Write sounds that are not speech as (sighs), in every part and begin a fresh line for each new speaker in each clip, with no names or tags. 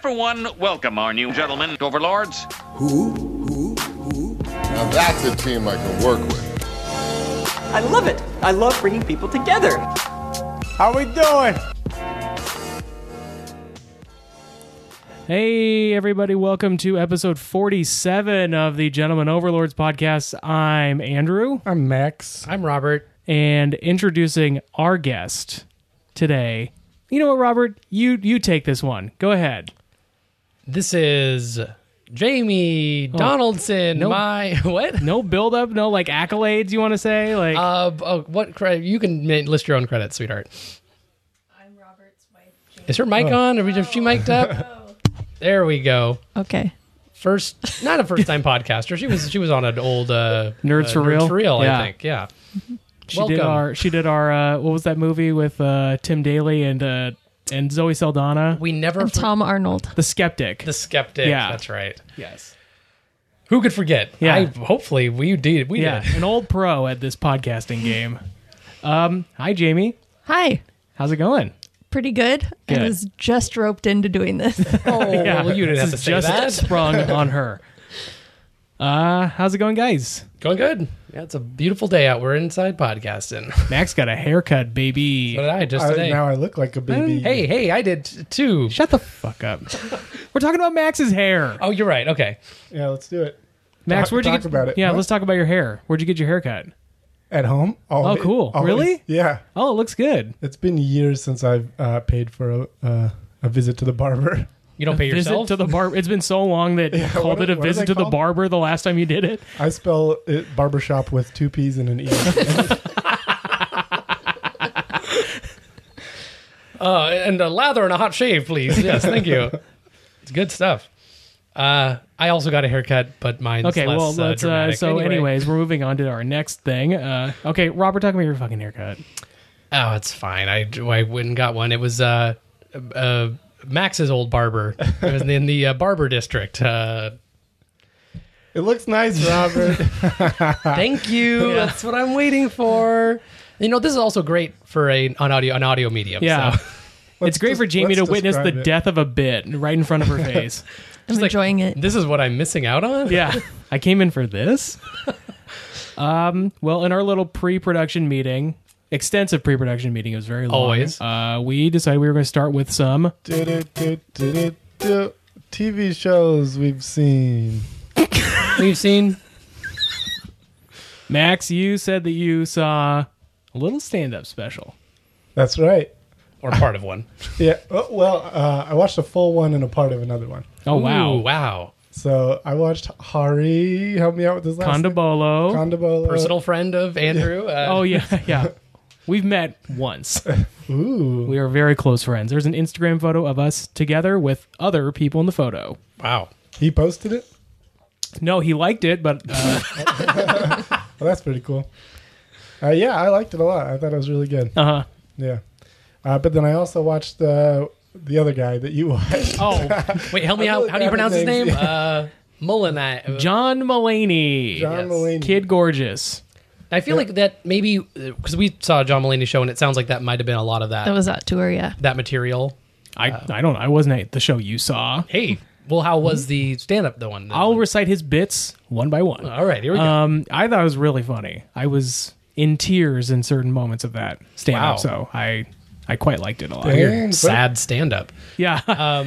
for one, welcome our new gentlemen, overlords.
Who? Who? Who?
Now that's a team I can work with.
I love it. I love bringing people together.
How we doing?
Hey, everybody, welcome to episode 47 of the Gentleman Overlords podcast. I'm Andrew,
I'm Max.
I'm Robert.
and introducing our guest today. You know what, Robert? You you take this one. Go ahead.
This is Jamie Donaldson.
Oh, no.
My (laughs) what?
No build up, no like accolades you want to say? Like
Uh, oh, what credit? You can ma- list your own credits, sweetheart.
I'm Robert's wife, Jane.
Is her
Oh.
mic on? Are we just she mic'd up? there we go.
Okay.
First, not a first time podcaster. She was she was on an old uh,
Nerds
uh,
for Real?
Nerds for real,
Yeah.
I think. Yeah.
she did our she did our uh what was that movie with uh Tim Daly and uh and Zoe Saldana?
we never
And
for-
Tom Arnold.
The Skeptic.
the skeptic.
Yeah.
That's right.
yes.
Who could forget?
Yeah.
I, hopefully we did. We
Yeah,
did.
an old pro at this podcasting game. Um, hi Jamie.
Hi.
How's it going?
Pretty good.
Good.
I was just roped into
(laughs)
doing this.
Oh, well, you didn't have to
This
say
is just
that.
sprung on her. (laughs) Uh, how's it going, guys?
Going good. Yeah, it's a beautiful day out. We're inside podcasting. (laughs)
Max got a haircut, baby.
But I just
I-
today. Hmm?
now I look like a baby.
hey, hey, I did t- too.
Shut the fuck up. We're talking about Max's hair.
Oh, you're right. Okay.
Yeah, let's do it.
Max,
talk-
where'd you
talk
get
about it.
Yeah,
What?
let's talk about your hair. Where'd you get your haircut?
At home?
Oh,
Always-
cool.
always-
Really?
Yeah.
Oh, it looks good.
It's been years since I've uh, paid for a, uh, a visit to the barber.
You don't pay yourself.
Visit to the barber. It's been so long that you
what
called
are-
it a
what are
visit
they
to the
called?
barber the last time you did it.
I spell it barbershop with two P's and an E. (laughs)
uh, and a lather and a hot
(laughs)
shave, please. Yes, thank you. It's good stuff. Uh, I also got a haircut, but mine's
Okay,
less,
well,
uh,
let's. Uh,
dramatic.
so,
Anyway.
anyways, we're moving on to our next thing. Uh, okay, Robert, talk about your fucking haircut.
Oh, it's fine. I, I went and got one. It was uh, uh, Max's old barber. It was in the uh, barber district. Uh,
it looks nice,
(laughs)
Robert.
(laughs)
Thank you. That's what I'm waiting for. You know, this is also great for a an audio an audio medium. (laughs)
Yeah.
so.
It's great for
des-
Jamie to
let's
witness the
describe it.
death of a bit right in front of her face.
I'm enjoying it.
this is what I'm missing out on.
yeah i came in for this (laughs) um well in our little pre-production meeting extensive pre-production meeting it was very long
Always.
uh we decided we were going to start with some
Du-du-du-du-du-du. TV shows we've seen.
We've seen
max you said that you saw a little stand-up special
That's right.
or part of one.
Yeah. Oh, well, uh, I watched a full one and a part of another one.
oh
Ooh,
wow
wow.
So I watched Hari. Help me out with this last name.
condobolo
Condobolo.
Personal friend of Andrew. Uh,
oh yeah (laughs) yeah we've met once
Ooh.
we are very close friends there's an instagram photo of us together with other people in the photo
wow.
He posted it?
no he liked it but uh,
(laughs) Well, Oh, that's pretty cool. Uh, yeah, I liked it a lot. I thought it was really good.
uh-huh
Yeah. Uh, but then I also watched the the other guy that you (laughs) watched.
oh
Wait, help
(laughs)
me
I
out.
really
How do you
got
pronounce his
names.
name? Uh, Mullenai.
john mullaney
John
yes.
Mulaney.
kid gorgeous
I feel like that maybe because we saw a John Mulaney's show, and it sounds like that might have been a lot of that
That
that,
was that tour, yeah.
material.
I, I don't I wasn't at the show you saw.
Hey, well, how was the stand up the one?
I'll recite his bits one by one.
All right, here we go.
Um, I thought it was really funny. I was in tears in certain moments of that stand up,
Wow.
so I I quite liked it a lot.
Dang,
Sad stand up.
Yeah,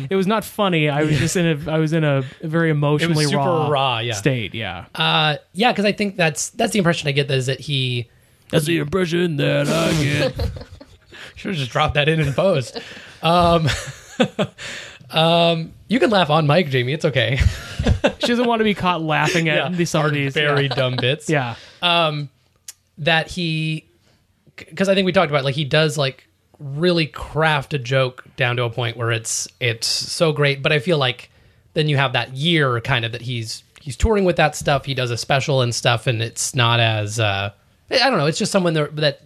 (laughs) it was not funny. I was just in a I was in a very emotionally
super
raw,
raw, yeah.
state. Yeah,
Uh, yeah, because I think that's that's the impression I get is that he
that's the impression that (laughs) I get.
should have just dropped that in in post. Um, (laughs) um, you can laugh on mic, Jamie. It's okay.
she doesn't want to be caught laughing at these some of these.
Very
yeah.
dumb bits.
yeah.
that he because i think we talked about it, like he does like really craft a joke down to a point where it's it's so great but i feel like then you have that year kind of that he's he's touring with that stuff he does a special and stuff and it's not as uh i don't know it's just someone that, that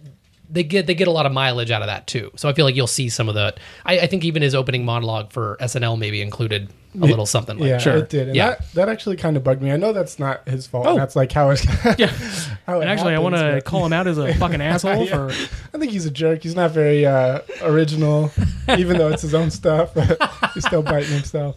they get they get a lot of mileage out of that too. So I feel like you'll see some of the. I, I think even his opening monologue for SNL maybe included a little something like
Yeah,
that.
it did. And
Yeah.
that, that actually kind of bugged me. I know that's not his fault.
Oh.
and that's like how it. (laughs)
Yeah.
how it
(laughs) And actually, I want to
happens, but-
call him out as a fucking
(laughs)
asshole
Yeah.
for.
I think he's a jerk. He's not very uh,
(laughs)
original, even though it's his own stuff. (laughs) he's still biting himself.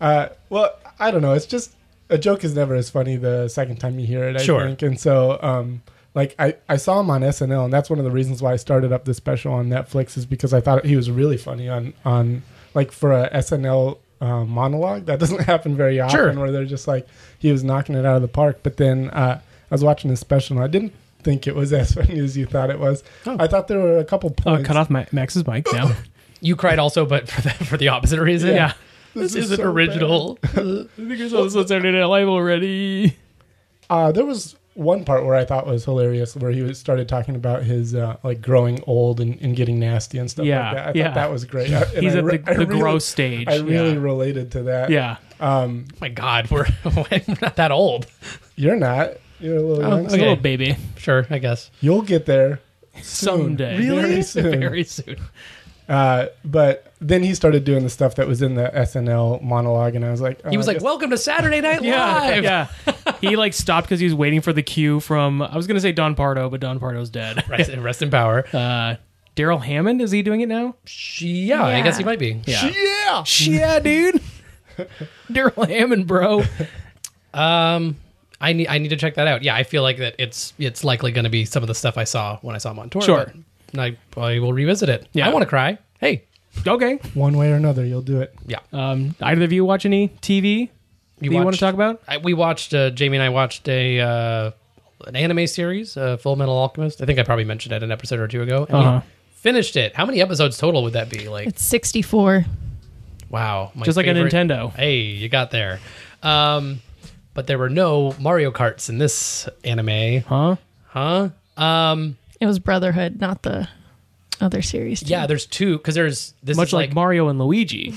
Uh, well, I don't know. It's just a joke is never as funny the second time you hear it. I
Sure.
think, and so um, like I, I saw him on SNL, and that's one of the reasons why I started up this special on Netflix is because I thought he was really funny on on like for a SNL. Uh, monologue that (laughs) doesn't happen very often
Sure.
where they're just like he was knocking it out of the park but then uh, i was watching his special and i didn't think it was (laughs) as funny as you thought it was i thought there were a couple
Oh,
points
cut off my, Max's mic now.
You cried also, but (laughs) for the, for the opposite reason.
Yeah.
(laughs) This,
is
isn't
so
original. (laughs)
because I was on Saturday Night Live already.
Uh, there was one part where I thought was hilarious, where he was, started talking about his uh, like growing old and, and getting nasty and stuff
Yeah,
like that. I
yeah.
thought that was great. I, and
He's
I
at
re-
the,
I
the
really-
gross stage.
I really
yeah.
related to that.
Yeah.
My
(laughs)
God, we're, we're not that old.
you're not. You're a little
Oh,
young.
it's a little baby.
Sure, I guess.
You'll get there.
Someday.
Really?
Very-
Very soon.
Very soon.
Uh, but then he started doing the stuff that was in the SNL monologue, and I was like,
He
oh,
was
I
like,
guess-
"Welcome to Saturday (laughs) Night
Yeah,
Live."
yeah. He like stopped because he was waiting for the cue from. I was gonna say Don Pardo, but Don Pardo's dead.
Rest, rest in power.
Uh, Daryl Hammond is he doing it now?
She, yeah, I
Yeah.
guess he might be.
Yeah, yeah, yeah dude. (laughs) Daryl Hammond, bro.
Um, I need I need to check that out. Yeah, I feel like that it's it's likely going to be some of the stuff I saw when I saw him on tour.
Sure.
but I I will revisit it.
Yeah.
I want to cry. Hey,
Okay.
one way or another, you'll do it.
yeah.
Um, either of you watch any TV?
You
that you want
watched-
to talk about?
I, we watched uh, Jamie and I watched a uh, an anime series, uh, Full Metal Alchemist. I think I probably mentioned it an episode or two ago. And we
Uh-huh.
finished it. How many episodes total would that be? Like
It's 64.
Wow. my
Just like a
favorite-
Nintendo.
Hey, you got there. Um, but there were no Mario Karts in this anime.
Huh?
Huh? Um,
It was Brotherhood, not the other series. too.
yeah, there's two because there's this
Much
is
like,
like,
Mario and Luigi.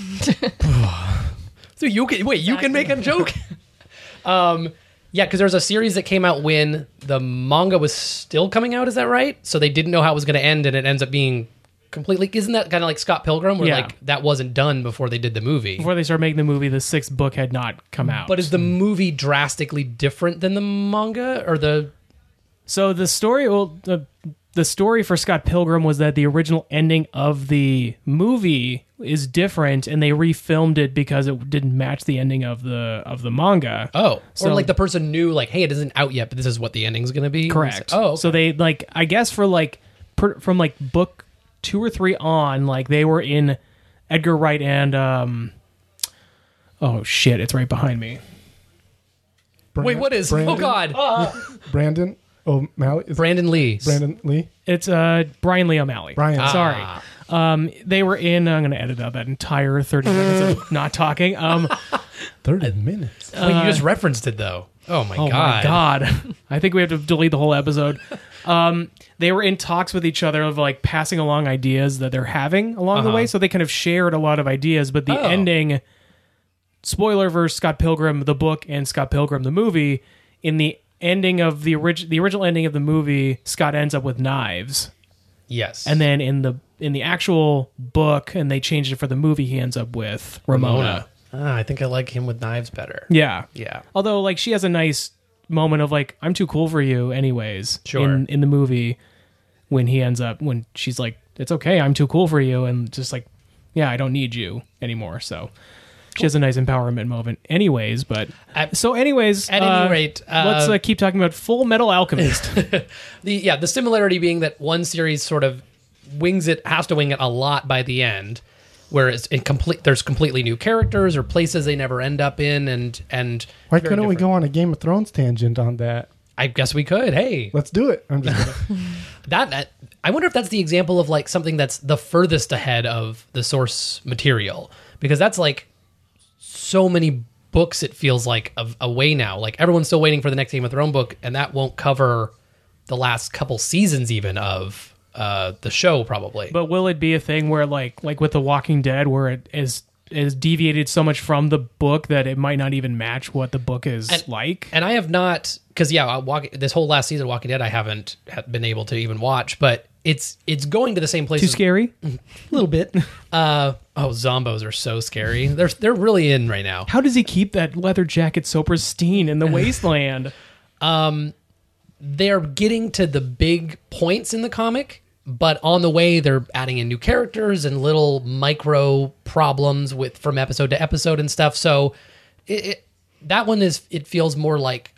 so you can wait, you can make a joke. (laughs) um yeah, because there was a series that came out when the manga was still coming out, is that right? So they didn't know how it was gonna end and it ends up being completely isn't that kind of like Scott Pilgrim where
Yeah.
like that wasn't done before they did the movie.
Before they started making the movie, the sixth book had not come out.
but is the movie drastically different than the manga or the
So the story, well, the the story for Scott Pilgrim was that the original ending of the movie is different, and they refilmed it because it didn't match the ending of the of the manga.
Oh,
So-
or like the person knew, like, hey, it isn't out yet, but this is what the ending's gonna be.
correct.
Oh, so
so they like I guess for like per, from like book two or three on, like they were in Edgar Wright and um. Oh shit! It's right behind me.
wait, what is?
Brandon,
Oh God,
Brandon O'Malley? Is it
Brandon Lee.
Brandon Lee?
It's uh Brian Lee O'Malley.
Brian. Ah.
sorry. Um, they were in. I'm going to edit out that entire 30 minutes of not talking. Um,
30 minutes.
Wait, you just referenced it though. Oh my
oh my
God.
god! I think we have to delete the whole episode. Um, they were in talks with each other of like passing along ideas that they're having along the way, so they kind of shared a lot of ideas. But the
Oh.
ending, spoiler verse Scott Pilgrim the book and Scott Pilgrim the movie. In the ending of the original, the original ending of the movie, Scott ends up with knives.
Yes.
and then in the in the actual book and they changed it for the movie he ends up with ramona,
Ah, I think I like him with knives better.
yeah
Yeah.
although like she has a nice moment of like i'm too cool for you anyways
Sure.
in, in the movie when he ends up when she's like it's okay i'm too cool for you and just like yeah i don't need you anymore so she has a nice empowerment moment anyways but
At-
so anyways
at any
uh,
rate, uh,
let's uh, keep talking about full metal alchemist
The yeah, the similarity being that one series sort of wings it, has to wing it a lot by the end, whereas in complete there's completely new characters or places they never end up in, and and
Why
very
couldn't we
different.
go on a Game of Thrones tangent on that?
I guess we could. Hey,
Let's do it. I'm just
(laughs)
gonna,
that, that I wonder if that's the example of like something that's the furthest ahead of the source material because that's like so many books it feels like of away now like everyone's still waiting for the next Game of Thrones book and that won't cover the last couple seasons even of uh the show probably
But will it be a thing where like like with The Walking Dead where it is is deviated so much from the book that it might not even match what the book is
And-
like?
and I have not because yeah I walk, this whole last season of Walking Dead I haven't ha- been able to even watch but it's it's going to the same place.
Too scary?
A little bit. Uh, oh, zombos are so scary. They're they're really in right now.
(laughs) How does he keep that leather jacket so pristine
(laughs)
in the wasteland?
they're getting to the big points in the comic, but on the way they're adding in new characters and little micro problems with from episode to episode and stuff. So it, it, that one is it feels more like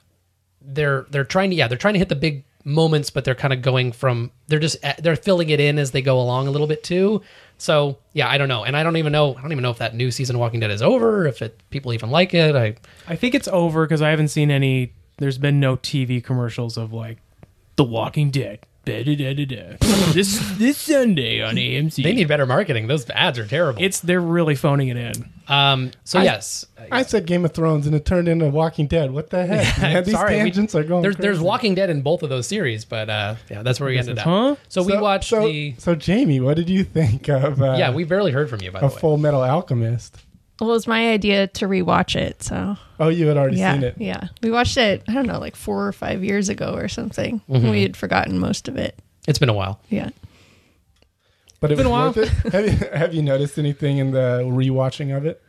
they're they're trying to yeah they're trying to hit the big moments, but they're kind of going from they're just eh, they're filling it in as they go along a little bit too. So yeah, I don't know, and I don't even know I don't even know if that new season of Walking Dead is over, if it people even like it. I
I think it's over because I haven't seen any. There's been no TV commercials of like The Walking Dead. Da-da-da-da-da. (laughs) this this Sunday on AMC.
they need better marketing. Those ads are terrible.
it's they're really phoning it in.
um so yes,
I said Game of Thrones and it turned into Walking Dead. What the heck?
(laughs)
man? These
Sorry, we-
tangents are going.
There's there's
Oh, crazy.
Walking Dead in both of those series, but uh, yeah, that's where we ended up.
Huh?
So, we
So-
watched
so,
the
So Jamie, what did you think of? Uh,
yeah. We barely heard from you by the
a
way.
Full Metal Alchemist.
Well, it was my idea to rewatch it, so
Oh, you had already
yeah,
seen it.
yeah. We watched it. I don't know, like four or five years ago or something.
Mm-hmm.
We had forgotten most of it.
it's been a while.
Yeah.
But it
Been a
was
while.
worth it. Have you, (laughs) have you noticed anything in the rewatching of it?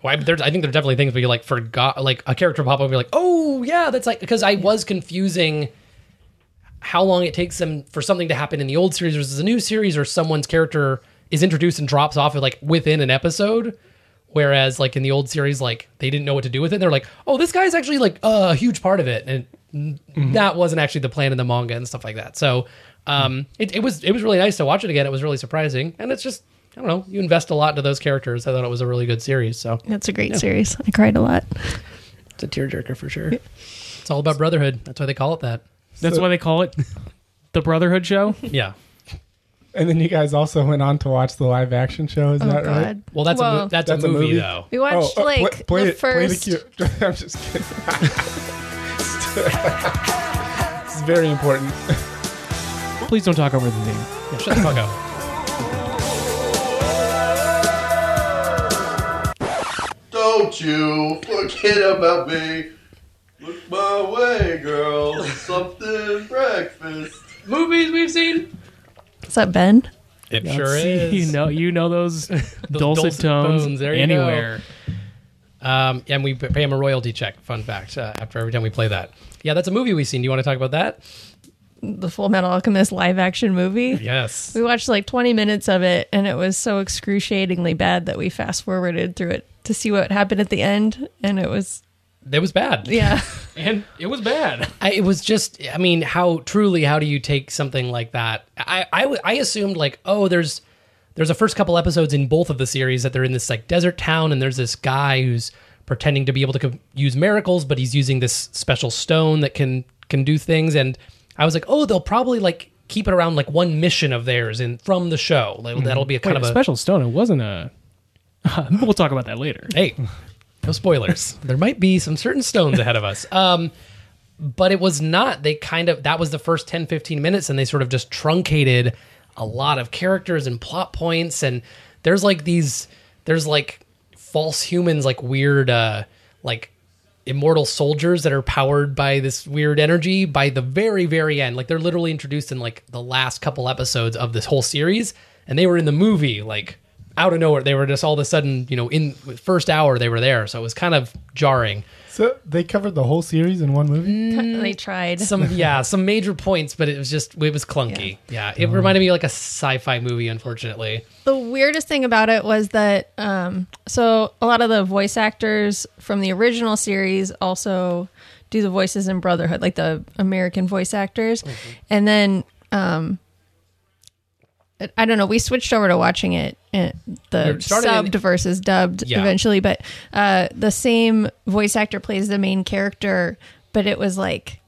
Well, I, there's, I think there's definitely things we like forgot. Like a character pop up, and be like, oh yeah, that's like because I was confusing how long it takes them for something to happen in the old series versus the new series, or someone's character is introduced and drops off like within an episode. Whereas like in the old series, like they didn't know what to do with it. They're like, oh, this guy's actually like a huge part of it, and that wasn't actually the plan in the manga and stuff like that. So um, it, it was it was really nice to watch it again. It was really surprising, and it's just. I don't know. You invest a lot into those characters. I thought it was a really good series. So
That's a great series. I cried a lot.
it's a tearjerker for sure. (laughs) It's all about brotherhood. That's why they call it that.
That's why they call it the Brotherhood
(laughs)
Show.
Yeah.
And then you guys also went on to watch the live action show. Is
Oh
that
God.
right?
Well, that's a,
Well,
mo- that's,
that's
a
a
movie,
movie?
though.
we watched
oh, uh,
like
pl- play
the
it,
first.
Play the cue. (laughs) I'm just kidding. (laughs) it's very important.
Please don't talk over the name.
Yeah, shut the fuck up.
Don't you forget about me. Look my way, girl. Something breakfast.
Movies we've seen.
Is that Ben?
It sure
See,
is.
You know, you know those, dulcet,
dulcet
tones
tones, there you
anywhere.
Um, and we pay him a royalty check. Fun fact. Uh, after every time we play that. Yeah, that's a movie we've seen. Do you want to talk about that?
The Full Metal Alchemist live action movie?
Yes.
We watched like 20 minutes of it, and it was so excruciatingly bad that we fast forwarded through it to see what happened at the end. And it was,
It was bad.
yeah. (laughs)
and it was bad. I, it was just, I mean, how truly, how do you take something like that? I, I, w- I assumed like, oh, there's, there's a first couple episodes in both of the series that they're in this like desert town, and there's this guy who's pretending to be able to co- use miracles, but he's using this special stone that can can do things. And I was like, oh, they'll probably like keep it around like one mission of theirs and from the show. Like, That'll be a kind
Wait,
of
a
a
special stone. It wasn't a. we'll talk about that later.
hey,
(laughs)
no spoilers. there might be some certain stones ahead of us. Um, but it was not. They kind of, that was the first 10, 15 minutes, and they sort of just truncated a lot of characters and plot points. And there's like these, there's like false humans, like weird, uh, like immortal soldiers that are powered by this weird energy by the very very end like they're literally introduced in like the last couple episodes of this whole series and they were in the movie like out of nowhere they were just all of a sudden you know in first hour they were there so it was kind of jarring
So they covered the whole series in one movie.
they tried.
some yeah some major points but it was just it was clunky yeah, it reminded me of like a sci-fi movie unfortunately
the weirdest thing about it was that um, so a lot of the voice actors from the original series also do the voices in Brotherhood, like the American voice actors,
Mm-hmm.
and then um, I- I don't know. We switched over to watching it and the
We started in-
subbed versus dubbed
Yeah.
eventually, but uh, the same voice actor plays the main character, but it was like.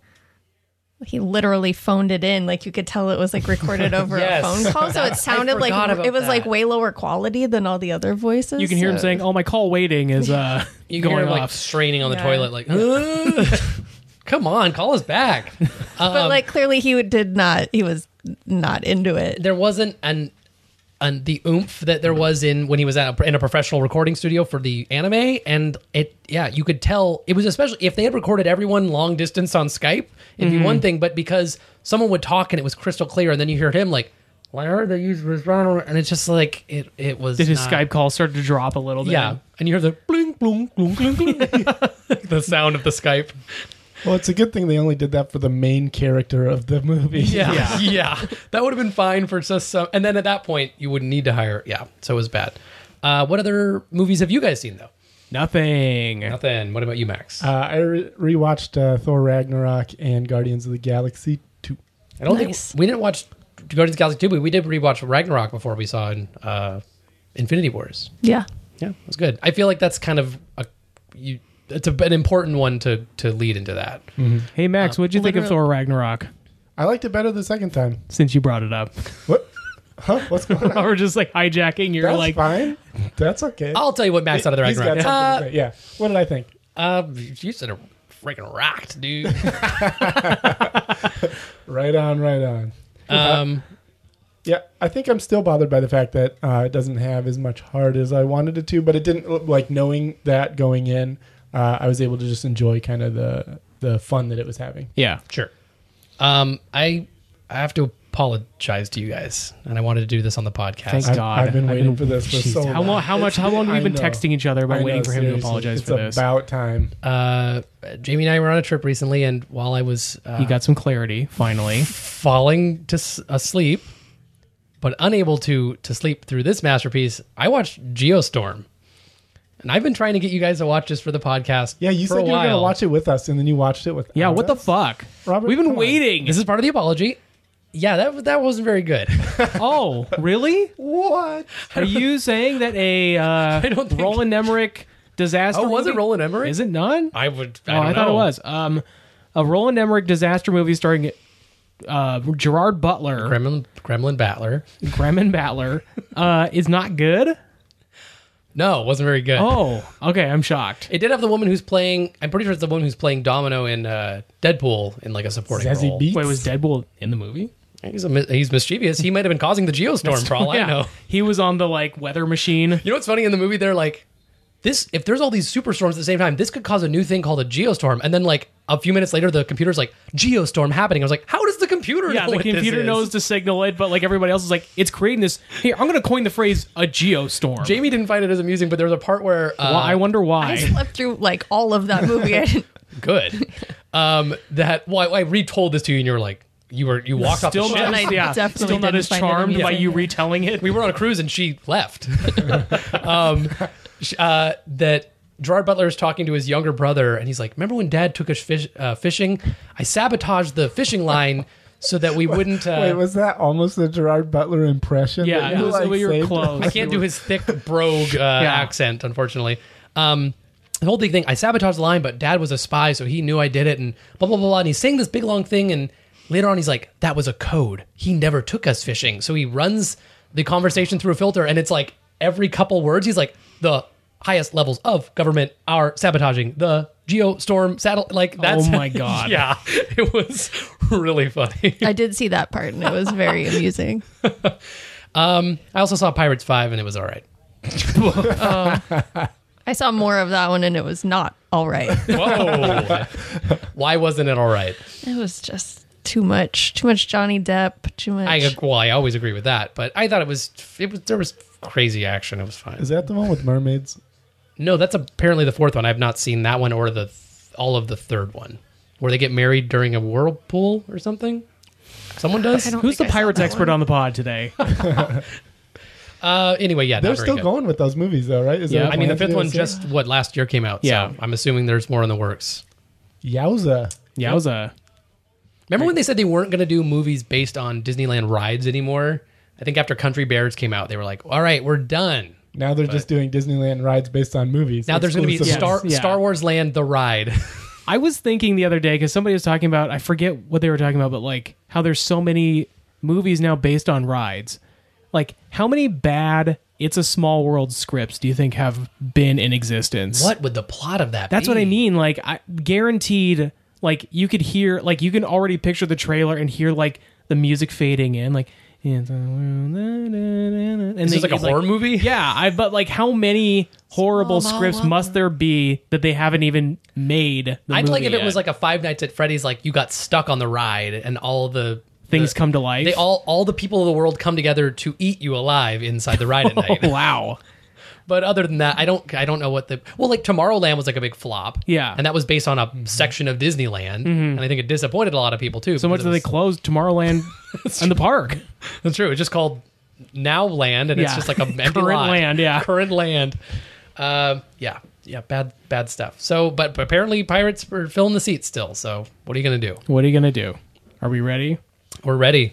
He literally phoned it in, like you could tell it was like recorded over
(laughs) Yes.
a phone call. So it sounded like
forgot about
it was
that.
like way lower quality than all the other voices.
You can hear him
so-
saying, "Oh, my call waiting is uh
you can
going
hear him, like
off."
straining on the
Yeah.
toilet like (laughs) come on call us back
(laughs)
um,
Um,
but like clearly he would- did not. He was not into it.
there wasn't an an, the oomph that there was in when he was at a, in a professional recording studio for the anime, and it yeah you could tell it was especially if they had recorded everyone long distance on Skype, it'd be
Mm-hmm.
one thing, but because someone would talk and it was crystal clear, and then you heard him like. Why are they using this? And it's just like it. It was.
Did his
not-
Skype call started to drop a little bit?
Yeah, and you hear the bling, bling, bling, bling, bling. the sound of the Skype.
Well, it's a good thing they only did that for the main character of the movie.
(laughs) yeah, yeah. That would have been fine for just some. And then at that point, you wouldn't need to hire. Yeah, so it was bad. Uh, what other movies have you guys seen though?
Nothing.
Nothing. What about you, Max?
(laughs) Uh, I re- rewatched uh, Thor Ragnarok and Guardians of the Galaxy 2.
I don't
nice.
think we didn't watch Guardians of the Galaxy two, but we did rewatch Ragnarok before we saw in, uh, Infinity Wars.
Yeah.
Yeah, it was good. I feel like that's kind of a you. It's a, an important one to to lead into that.
Mm-hmm.
Hey Max, what'd you think of
literally-
Thor Ragnarok?
I liked it better the second time.
Since you brought it up, (laughs)
What? Huh? What's
(laughs)
going on?
or just like hijacking your
That's
like
fine. That's okay.
I'll tell you what Max thought of the
He's got
Ragnarok.
something
Uh,
to say. Yeah. What did I think?
Uh, you said it freaking
(laughs)
rocked, dude.
Right on, right on.
um,
Yeah, I think I'm still bothered by the fact that uh, it doesn't have as much heart as I wanted it to, but it didn't like knowing that going in. Uh, I was able to just enjoy kind of the the fun that it was having.
yeah.
sure. Um, I I have to apologize to you guys, and I wanted to do this on the podcast.
Thank
I've,
God,
I've been
I've
waiting
been-
for this for
Jeez,
so long.
how long- how much- how long have we
I
been texting each other about
I
waiting for him to
seriously,
apologize
it's
for this?
About time.
Uh, Jamie and I were on a trip recently, and while I was uh,
He got some clarity finally.
falling to s- asleep, but unable to to sleep through this masterpiece, I watched Geostorm, and I've been trying to get you guys to watch this for the podcast.
Yeah, you
for
said
a
you were gonna
while.
watch it with us, and then you watched it with.
Yeah, what the fuck?
Robert,
We've
come
been
on.
waiting.
(laughs) This is part of the apology. Yeah, that that wasn't very good.
oh, really?
(laughs) What?
Are you saying that a uh,
(laughs) don't
(laughs)
think-
Roland Emmerich disaster?
Oh, was it
movie-
Roland Emmerich?
Is it none?
I would.
oh,
don't
I thought it
know.
was. Um, a Roland Emmerich disaster movie starring uh, Gerard Butler,
Gremlin Gremlin Battler.
Gremlin Battler, uh, is not good.
No, it wasn't very good.
Oh, okay, I'm shocked.
It did have the woman who's playing. I'm pretty sure it's the woman who's playing Domino in uh, Deadpool in like a supporting
Zazzy
role.
Beetz?
Wait, was Deadpool in the movie?
He's a, mi- he's mischievous. He might have been causing the geostorm for all I know.
he was on the like weather
(laughs)
machine.
You know what's funny in the movie? They're like, this. If there's all these superstorms at the same time, this could cause a new thing called a geostorm. And then like a few minutes later, the computer's like geostorm happening. I was like, how does the computer?
Yeah,
know
the
what this
computer
is?
knows to signal it, but like everybody else is like, it's creating this. Hey, I'm gonna coin the phrase a geostorm.
Jamie didn't find it as amusing, but there was a part where uh,
well, I wonder
I
why.
slept through like all of that movie. I didn't-
good. Um, that well, I, I retold this to you, and you were like, you were you walked off. the
Still
ship.
And
not,
I
yeah,
definitely
still not
didn't
as
find it
charmed by
amusing.
you retelling it.
we were on a cruise and she left. (laughs) um, sh- uh, that Gerard Butler is talking to his younger brother, and he's like, "Remember when Dad took us fish, uh, fishing? I sabotaged the fishing line so that we wouldn't." Uh,
Wait, was that almost a Gerard Butler impression?
yeah,
that
it
you,
was,
like,
we were
saved?
close.
I can't do his thick brogue
(laughs)
uh, accent, unfortunately. Um, the whole big thing, I sabotaged the line, but dad was a spy, so he knew I did it, and blah, blah, blah, blah. And he's saying this big, long thing, and later on, he's like, that was a code. He never took us fishing. So he runs the conversation through a filter, and it's like every couple words, he's like, the highest levels of government are sabotaging the geostorm satellite. Like, that's.
Oh my God.
(laughs) yeah. It was really funny. (laughs)
I did see that part and it was
(laughs)
very amusing.
I also saw Pirates 5, and it was all right.
I saw more of that one and it was not all right.
Whoa. (laughs) Why wasn't it all right?
It was just too much. Too much Johnny Depp, too much.
I well, I always agree with that, but I thought it was it was there was crazy action. It was fine.
(laughs) Is that the one with mermaids?
No, that's apparently the fourth one. I've not seen that one or the th- all of the third one, where they get married during a whirlpool or something. Someone does.
don't
Who's the
think I saw
pirates
that
expert
one.
on the pod
(laughs)
today?
Uh, anyway, yeah, not
They're
very
still
good.
going with those movies, though, right? Is
Yeah,
there a
I mean, the
plan to
fifth
do
one
this
just what last year came out.
Yeah.
so I'm assuming there's more in the works.
year? Yowza.
Yeah, it was a
Remember when they said they weren't going to do movies based on Disneyland rides anymore? I think after Country Bears came out, they were like, "All right, we're done."
Now they're just doing Disneyland rides based on movies.
Now there's going to be
exclusively.
Star
Yeah.
Star Wars Land the ride.
I was thinking the other day because somebody was talking about I forget what they were talking about, but like how there's so many movies now based on rides. Like how many bad "It's a Small World" scripts do you think have been in existence?
what would the plot of that?
That's what I
be?
mean. Like I guaranteed. Like you could hear. Like you can already picture the trailer and hear like the music fading in. Like And and
Is
they-
this like a
he's
horror movie?
(laughs) Yeah, I but like how many horrible scripts must there be that they haven't even made? The
I'd like
movie
if it
yet?
was like a Five Nights at Freddy's, like you got stuck on the ride and all the
things
the-
come to life.
They all all the people of the world come together to eat you alive inside
(laughs)
the ride
(laughs)
at
Oh,
night. (laughs)
wow.
But other than that, I don't I don't know what the well like Tomorrowland was like a big flop.
Yeah. Mm-hmm.
and that was based on a section of Disneyland, and I think it disappointed a lot of people too.
So much that they closed Tomorrowland
(laughs)
and the park.
That's true. It's just called Now Land, and it's
Yeah. (laughs)
just like a empty
Current
lot.
land, yeah.
current land. Uh, yeah, yeah, bad bad stuff. So, but apparently pirates are filling the seats still. So, what are you gonna do?
What are you gonna do? Are we ready?
We're ready.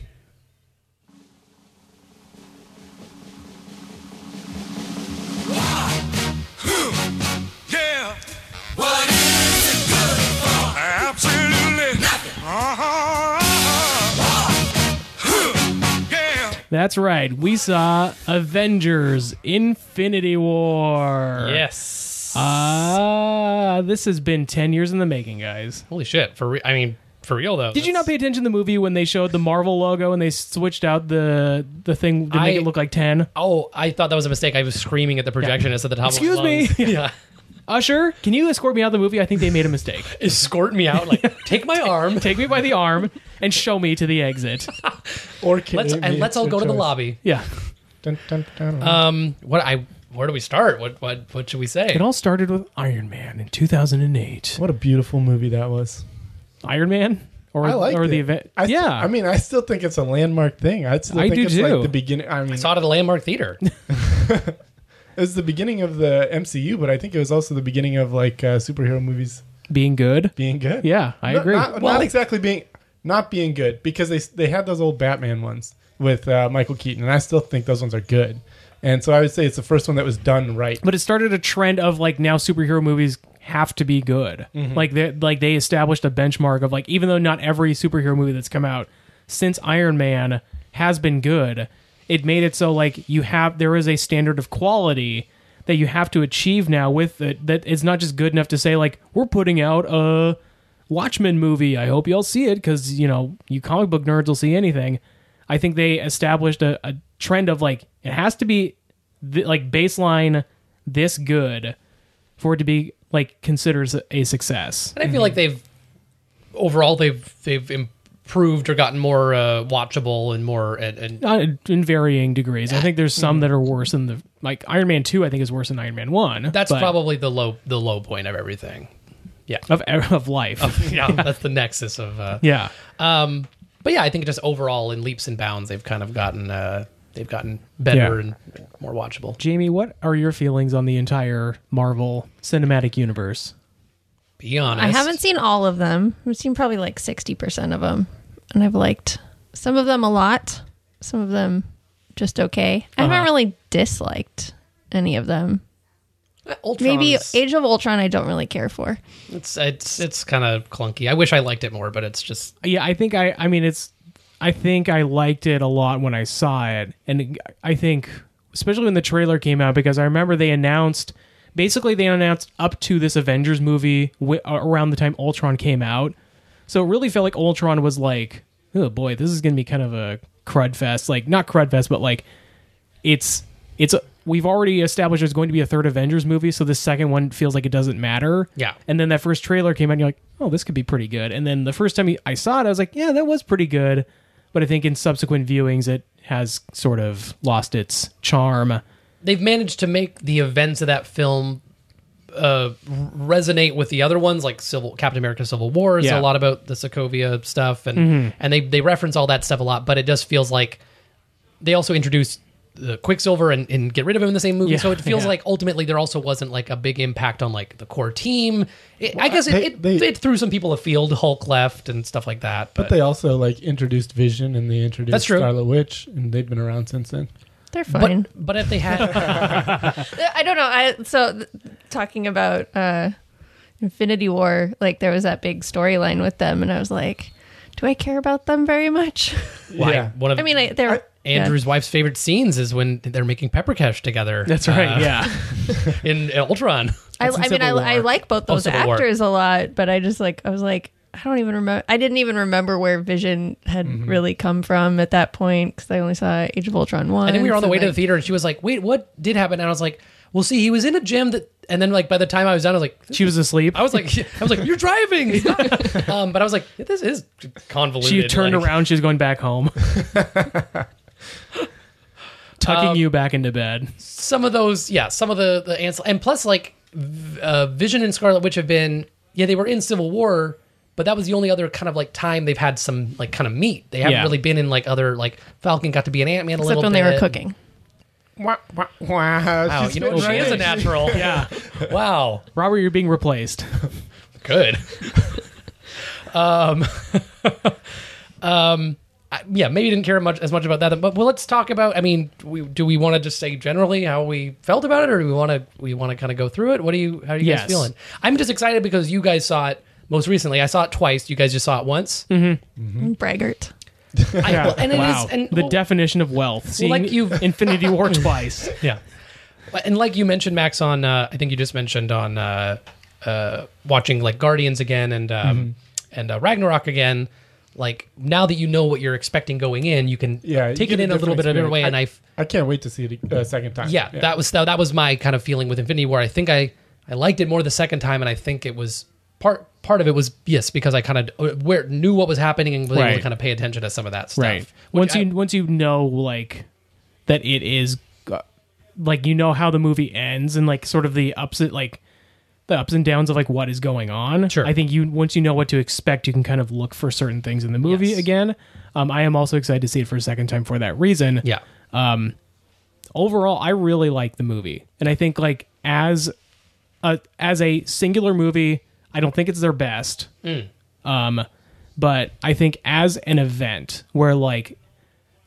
Yeah. What is it good for? Absolutely nothing. Uh-huh. Yeah.
That's right. We saw Avengers Infinity War.
Yes.
Uh, this has been 10 years in the making, guys.
Holy shit! For re- I mean, for real though.
Did you not
that's-
pay attention to the movie when they showed the Marvel logo and they switched out the the thing to make
I-
it look like 10?
Oh, I thought that was a mistake. I was screaming at the projectionist at the top.
Excuse
of my lungs.
me.
(laughs) yeah.
Usher, can you escort me out of the movie? I think they made a mistake.
Escort me out. Like, take my
(laughs)
arm.
Take me by the arm and show me to the exit.
(laughs) Or can
Let's
it
and
be
let's all
a
go to the
choice?
lobby.
Yeah.
Dun, dun, dun. Uh,
Um, what I where do we start? What what what should we say?
It all started with Iron Man in 2008.
what a beautiful movie that was.
Iron Man? Or,
I like
or
it.
the event?
I st-
yeah.
I mean, I still think it's a landmark thing. I still
I
think
do
it's
too.
like the beginning. I mean,
saw it at a
(laughs)
landmark theater.
it was the beginning of the MCU, but I think it was also the beginning of like uh, superhero movies
being good.
being good.
Yeah, I
No,
agree.
Not, not exactly being not being good because they they had those old Batman ones with uh, Michael Keaton, and I still think those ones are good. And so I would say it's the first one that was done right.
but it started a trend of like now superhero movies have to be good. Like they like they established a benchmark of like even though not every superhero movie that's come out since Iron Man has been good, it made it so like you have there is a standard of quality that you have to achieve now with it that it's not just good enough to say like we're putting out a Watchmen movie. I hope y'all see it cuz you know, you comic book nerds will see anything. I think they established a, a trend of like it has to be th- like baseline this good for it to be like considered s- a success.
And I feel like they've overall they've they've improved or gotten more uh, watchable and more and, and
Not Uh, in varying degrees. I think there's some that are worse than the like Iron Man two. I think is worse than Iron Man one.
that's
but-
probably the low the low point
(laughs)
of everything.
of of life.
Yeah, that's the nexus of. Uh,
yeah,
Um, but yeah, I think just overall in leaps and bounds they've kind of gotten uh, they've gotten better and more watchable.
Jamie, what are your feelings on the entire Marvel cinematic universe?
Be honest.
I haven't seen all of them. I've seen probably like 60% of them. And I've liked some of them a lot, some of them just okay. I haven't really disliked any of them.
Ultron's,
Maybe Age of Ultron, I don't really care for.
it's it's it's kind of clunky. I wish I liked it more, but it's just
yeah i think i i mean it's i think i liked it a lot when i saw it and i think especially when the trailer came out because i remember they announced basically they announced up to this avengers movie w- around the time ultron came out so it really felt like ultron was like oh boy this is gonna be kind of a crud fest like not crud fest but like it's it's a, we've already established there's going to be a third Avengers movie, so the second one feels like it doesn't matter.
Yeah.
And then that first trailer came out, and you're like, oh, this could be pretty good. And then the first time you- I saw it, I was like, yeah, that was pretty good. But I think in subsequent viewings, it has sort of lost its charm.
they've managed to make the events of that film uh, resonate with the other ones, like Civil Captain America: Civil War is
Yeah.
a lot about the Sokovia stuff, and and they they reference all that stuff a lot, but it just feels like they also introduced the Quicksilver and, and get rid of him in the same movie,
Yeah,
so it feels
yeah.
like ultimately there also wasn't like a big impact on like the core team. It, I guess it,
they-
it,
they-
it threw some people afield. Hulk left and stuff like that, but,
But they also like introduced Vision and they
That's
introduced
true.
Scarlet Witch, and they've been around since then.
They're fine.
but but if they had
I don't know. I so th- talking about uh Infinity War, like there was that big storyline with them and I was like, do I care about them very much?
(laughs)
(laughs)
why
Yeah.
one of
I mean, I, they're yeah.
Andrew's wife's favorite scenes is when they're making pepper cash together. uh,
yeah.
in Ultron.
I,
That's in
(laughs)
I mean, I,
Civil
I
War.
like both those
Civil War.
actors a lot, but I just like I was like, I don't even remember. I didn't even remember where Vision had
Mm-hmm.
really come from at that point because I only saw Age of Ultron one.
And then we were on the
so,
way to the
like-
theater, and she was like, "Wait, what did happen?" And I was like, "Well, see, he was in a gym that." And then, like by the time I was done, I was like,
(laughs) She was asleep.
(laughs) I was like, I was like, "You're driving," (laughs) um, but I was like, "This is convoluted."
she turned
like-
around. She's going back home.
(laughs)
Tucking you back into bed.
Some of those, yeah, some of the the ans- and plus like, v- uh, Vision and Scarlet Witch have been, yeah, they were in Civil War, but that was the only other kind of like time they've had some like kind of meat. They haven't
Yeah.
really been in like other like Falcon got to be an Ant Man a
except
little
when they were
bit.
cooking.
Wow, wow, wow.
Wow,
She's
you know
spitting
she
right
is a
in.
natural.
Yeah,
wow,
Robert, you're being replaced.
good. (laughs) um, (laughs) um, I- yeah, maybe didn't care much as much about that. But well, let's talk about. I mean, we, do we want to just say generally how we felt about it, or do we want to we want to kind of go through it? What do you how are you
Yes.
guys feeling? I'm just excited because you guys saw it most recently. I saw it twice. You guys just saw it once.
Mm-hmm.
Mm-hmm.
Braggart.
I, well, and it is
wow,
and
the
well,
definition of wealth. Seeing
like
you (laughs)
you've-
Infinity War twice.
yeah. And like you mentioned, Max, on uh, I think you just mentioned on uh, uh, watching like Guardians again and um, and uh, Ragnarok again. Like now that you know what you're expecting going in, you can
Yeah, you
take
get
it in a,
different
little bit of a different way.
experience.
And I,
I
f-
can't wait to see it a second time.
yeah, that was that was my kind of feeling with Infinity War. I think I I liked it more the second time, and I think it was part part of it was yes because I kind of where knew what was happening and was able
Right.
to kind of pay attention to some of that stuff. Which
Once
I-
you once you know like that it is uh, like you know how the movie ends and like sort of the ups like the ups and downs of like what is going on.
Sure.
I think you once you know what to expect, you can kind of look for certain things in the movie
Yes.
again. Um, I am also excited to see it for a second time for that reason.
yeah
Overall, I really like the movie, and I think like as a as a singular movie, I don't think it's their best. Um, but I think as an event where like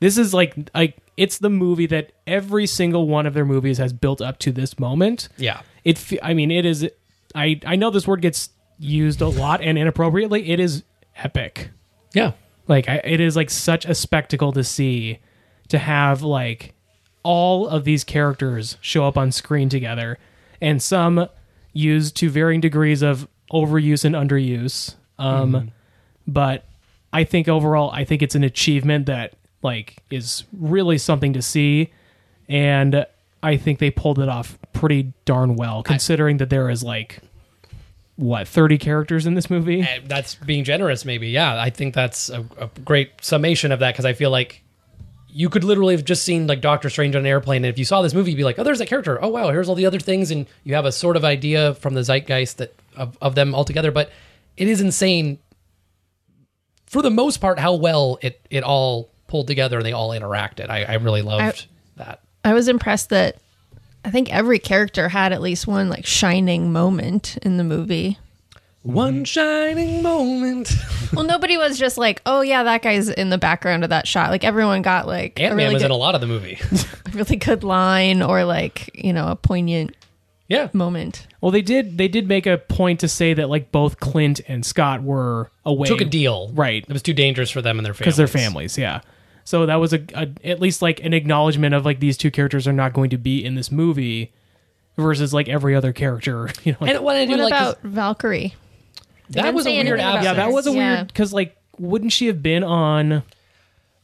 this is like like it's the movie that every single one of their movies has built up to this moment.
yeah
It fe- I mean it is I I know this word gets used a lot and inappropriately. It is epic.
yeah
Like I, it is like such a spectacle to see to have like all of these characters show up on screen together and some used to varying degrees of overuse and underuse. Um but I think overall I think it's an achievement that like is really something to see and I think they pulled it off pretty darn well considering that there is like what 30 characters in this movie.
Uh, that's being generous maybe yeah i think that's a, a great summation of that because i feel like you could literally have just seen like doctor strange on an airplane and if you saw this movie you'd be like oh there's that character oh wow here's all the other things and you have a sort of idea from the zeitgeist that of, of them all together but it is insane for the most part how well it it all pulled together and they all interacted i, I really loved that
I was impressed that I think every character had at least one like shining moment in
(laughs)
the movie.
one shining moment
well, nobody was just like, "Oh yeah, that guy's in the background of that shot." Like everyone got like a
ant-man
really
was
good,
in a lot of the movie
really good line or like you know a poignant
yeah
moment.
Well, they did. They did make a point to say that like both Clint and Scott were away,
took a deal
right?
it was too dangerous for them and their families
Because they're families, yeah. So that was a, a at least like an acknowledgement of like these two characters are not going to be in this movie, versus like every other character. (laughs) You know, like-
and what I do
What
like is-
about Valkyrie?
That
didn't
was a
say
weird
anything about
absence.
yeah, that was a
Yeah.
weird because like wouldn't she have been on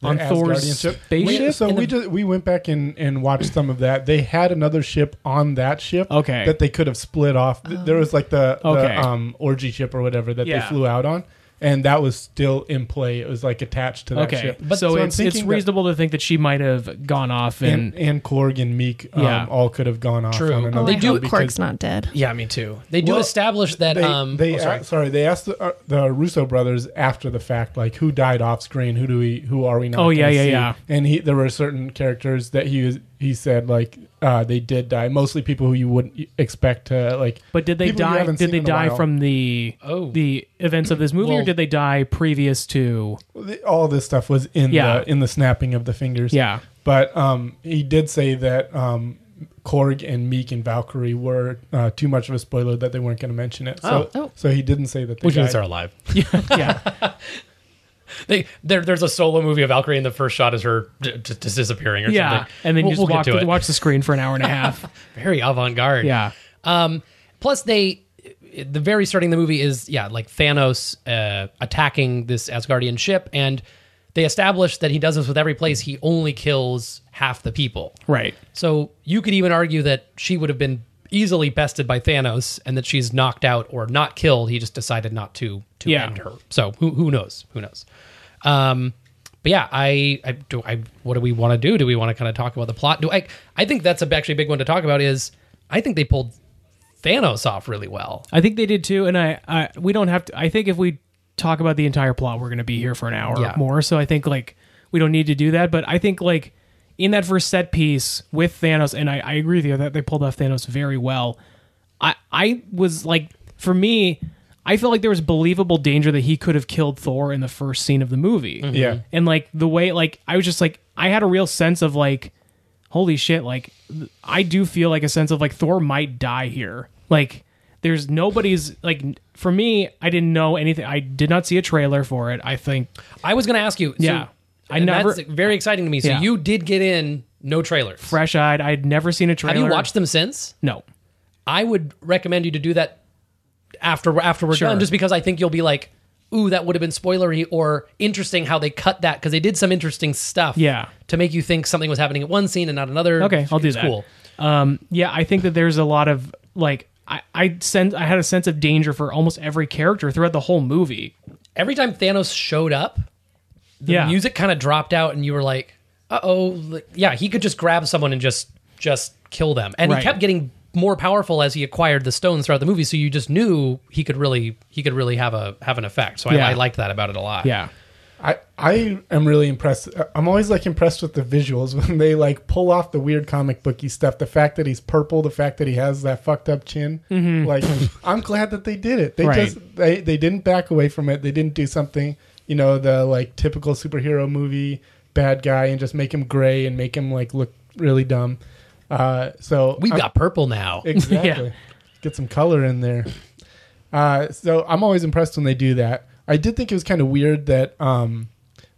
on Thor's
Asgardian ship. We,
spaceship?
so we just we went back and, and watched some of that. They had another ship on that ship.
Okay.
That they could have split off. Th- There was like the, the,
Okay.
um orgy ship or whatever that
Yeah.
they flew out on. And that was still in play. It was like attached to that
okay,
ship.
but so,
I'm
it's it's
thinking that-
reasonable to think that she might have gone off and,
and and Korg and Meek um,
Yeah.
all could have gone off.
True.
On another
They
I
ship
do-
hope
because
Clark's not dead.
Yeah, me too. They do
Well,
establish that.
They,
um,
they
oh,
a-
sorry.
sorry. They asked the, uh, the Russo brothers after the fact, like who died off screen. Who do we? Who are we not?
Oh, yeah,
gonna
yeah,
see?
yeah.
And he, there were certain characters that he was, he said like uh, they did die. Mostly people who you wouldn't e, expect to like.
But did they
people you
die?
haven't
Did
seen
they
in a
die
while.
from the
Oh.
the events of this movie, or
Well-
did they die previous
(laughs)
to?
The- all this stuff was in
Yeah.
the in the snapping of the fingers?
Yeah.
But um, he did say that um, Korg and Meek and Valkyrie were uh, too much of a spoiler that they weren't going to mention it. So,
Oh. Oh.
so he didn't say that they
which
died.
means they're alive. (laughs)
yeah,
They, there, there's a solo movie of Valkyrie, and the first shot is her d- d- just disappearing or
yeah.
something.
And then you just
get
walk
to
through-
it. (laughs)
watch the screen for an hour and a half.
Very avant garde.
yeah,
Um, plus, they the very starting of the movie is yeah like Thanos uh, attacking this Asgardian ship and they establish that he does this with every place he only kills half the people
Right.
so you could even argue that she would have been easily bested by Thanos and that she's knocked out or not killed he just decided not to to
Yeah.
end her so who, who knows who knows um but yeah I I do I what do we want to do do we want to kind of talk about the plot do I I think that's a, actually a big one to talk about is I think they pulled Thanos off really well
I think they did too, and I, I we don't have to. I think if we talk about the entire plot, we're going to be here for an hour
Yeah.
or more. So I think like we don't need to do that. But I think like in that first set piece with Thanos, and I, I agree with you that they pulled off Thanos very well. I I was like for me, I felt like there was believable danger that he could have killed Thor in the first scene of the movie.
Yeah.
and like the way like I was just like I had a real sense of like holy shit like th- i do feel like a sense of like thor might die here like there's nobody's like n- for me i didn't know anything i did not see a trailer for it i think
I was going to ask you so-
Yeah. I
and
never-
that's very exciting to me so
Yeah.
you did get in no trailers
fresh eyed i'd never seen a trailer
have you watched them since
no
I would recommend you to do that after after we're
Sure.
done, just because I think you'll be like, "Ooh, that would have been spoilery or interesting how they cut that because they did some interesting stuff."
Yeah.
to make you think something was happening at one scene and not another.
Okay, I'll do
It's
that. Um,
Cool.
yeah i think that there's a lot of like i i sense i had a sense of danger for almost every character throughout the whole movie
Every time Thanos showed up, the
yeah
music kind of dropped out, and you were like, "Uh oh, like, yeah." He could just grab someone and just just kill them, and
Right.
he kept getting more powerful as he acquired the stones throughout the movie. So you just knew he could really he could really have a have an effect. So
Yeah.
I, I liked that about it a lot.
yeah
I I am really impressed. I'm always like impressed with the visuals (laughs) when they like pull off the weird comic booky stuff. The fact that he's purple, the fact that he has that fucked up chin. Like (laughs) I'm glad that they did it. They
Right.
just they they didn't back away from it. They didn't do something you know the like typical superhero movie bad guy and just make him gray and make him like look really dumb. Uh, so
We've
I'm-
got purple (laughs) now.
Exactly. Get some color in there. Uh, so I'm always impressed when they do that. I did think it was kind of weird that um,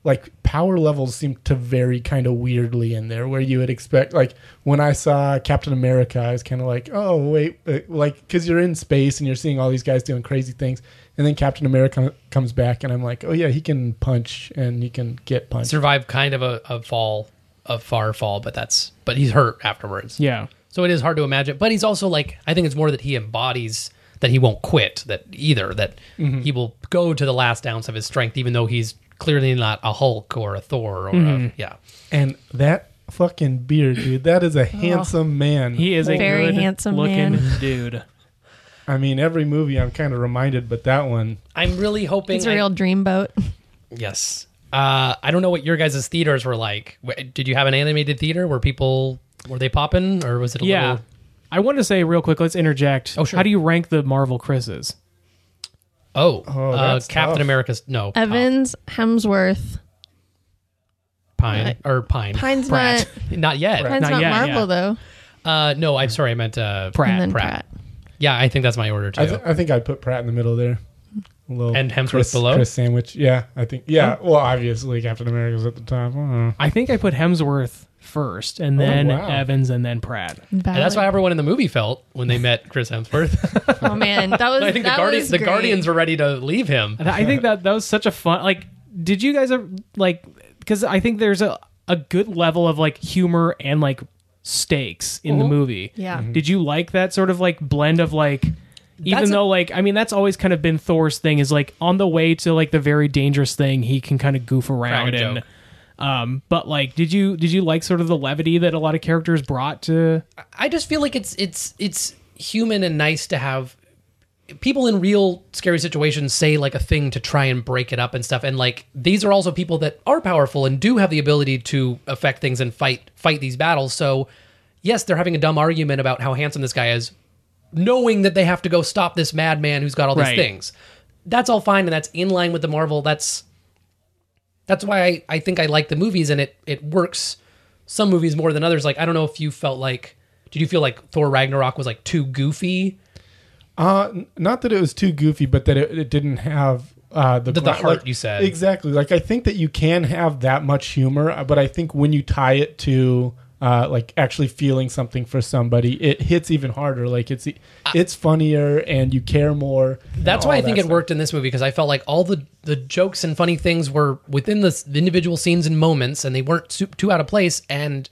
like power levels seemed to vary kind of weirdly in there, where you would expect like when I saw Captain America, I was kind of like, oh wait, uh, like because you're in space and you're seeing all these guys doing crazy things, and then Captain America comes back and I'm like, oh yeah, he can punch and he can get punched.
survive kind of a, a fall a far fall but that's but he's hurt afterwards
yeah
so it is hard to imagine but he's also like i think it's more that he embodies that he won't quit that either that he will go to the last ounce of his strength even though he's clearly not a hulk or a thor or a yeah
And that fucking beard, dude, that is a handsome man.
he is a
Very
good
handsome
looking
man.
dude
I mean, every movie I'm kind of reminded, but that one,
i'm really hoping
It's a real dreamboat.
Oh. yes uh i don't know what your guys' theaters were like W- did you have an animated theater where people were they popping or was it a
yeah
little
i want to say real quick let's interject
Oh, sure.
how do you rank the marvel chris's
oh, uh,
that's
captain
tough.
america's no
Uh,
Pop-
Evans, Hemsworth,
pine
uh,
or pine
Pine's
Pratt.
not yet
not. Pine's
Not
not,
yet,
Marvel
yeah.
though.
Uh, no, I'm sorry, I meant uh,
and
pratt
then
Pratt.
Pratt.
Yeah, I think that's my order too.
I, th- I think I'd put Pratt in the middle there. A little
And Hemsworth
Chris,
below?
Chris sandwich. Yeah, I think. Yeah, well, obviously Captain America's at the top. I don't know.
I think I put Hemsworth first, and then
wow.
Evans, and then Pratt.
and that's how everyone in the movie felt when they met Chris Hemsworth. (laughs)
Oh man, that was.
I think the
that
Guardians,
was
the
great.
Guardians were ready to leave him.
And I think that that was such a fun. Like, did you guys ever like? Because I think there's a a good level of like humor and like stakes in the movie.
Yeah. Mhm.
Did you like that sort of like blend of like? Even
That's a-
though, like, I mean, that's always kind of been Thor's thing is like on the way to like the very dangerous thing, he can kind of goof around
Crack a
and,
joke.
um, but like, did you did you like sort of the levity that a lot of characters brought to?
I just feel like it's it's it's human and nice to have people in real scary situations say like a thing to try and break it up and stuff. And like these are also people that are powerful and do have the ability to affect things and fight fight these battles. So yes, they're having a dumb argument about how handsome this guy is, knowing that they have to go stop this madman who's got all these
Right.
things. That's all fine and that's in line with the Marvel. That's that's why I, I think I like the movies and it it works some movies more than others. Like I don't know if you felt like did you feel like Thor Ragnarok was like too goofy?
Uh, n- not that it was too goofy, but that it, it didn't have uh, the,
The- the
gla-
heart
like-
you said.
exactly. Like I think that you can have that much humor, uh, but I think when you tie it to uh, like actually feeling something for somebody, it hits even harder. Like it's e, it's funnier and you care more. and
That's why
all
I think
that
it
stuff.
worked in this movie because I felt like all the, the jokes and funny things were within the, s- the individual scenes and moments, and they weren't su- too out of place. And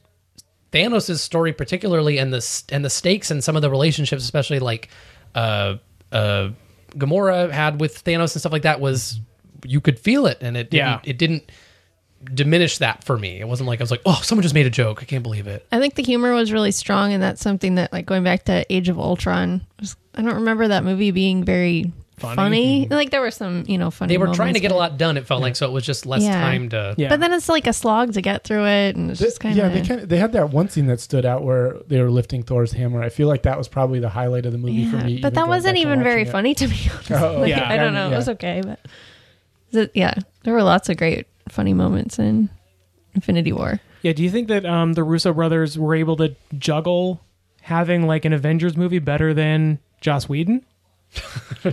Thanos' story, particularly, and the s- and the stakes and some of the relationships, especially like uh, uh, Gamora had with Thanos and stuff like that, was you could feel it, and it didn't,
Yeah.
it didn't diminish that for me. It wasn't like I was like, oh, someone just made a joke. I can't believe it.
I think the humor was really strong, and that's something that, like, going back to Age of Ultron, was, I don't remember that movie being very funny. Like, there were some, you know, funny.
Mm-hmm. They were trying to
moments,
get a
but-
lot done. It felt like so it was just less
Yeah.
time to.
Yeah.
But then it's like a slog to get through it, and it's just kind
yeah,
of
they kind of, they had that one scene that stood out where they were lifting Thor's hammer. I feel like that was probably the highlight of the movie for me.
but that
going
wasn't
back and
even very
watching it.
funny to me. (laughs) Honestly.
Oh,
Like,
yeah.
I don't know.
Yeah.
It was okay, but the- yeah, there were lots of great funny moments in Infinity War.
Yeah, do you think that um, the Russo brothers were able to juggle having like an Avengers movie better than Joss Whedon?
(laughs)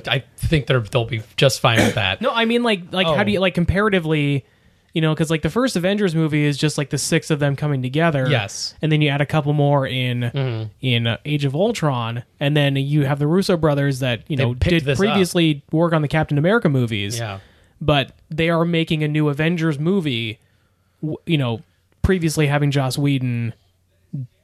I think they're, they'll be just fine with (clears throat) that.
No, I mean like like how do you like comparatively, you know, because like the first Avengers movie is just like the six of them coming together.
Yes.
and then you add a couple more in in uh, Age of Ultron, and then you have the Russo brothers that you
They
know
picked
did
this up.
previously work on the Captain America movies.
Yeah.
but they are making a new Avengers movie. w- You know, previously having Joss Whedon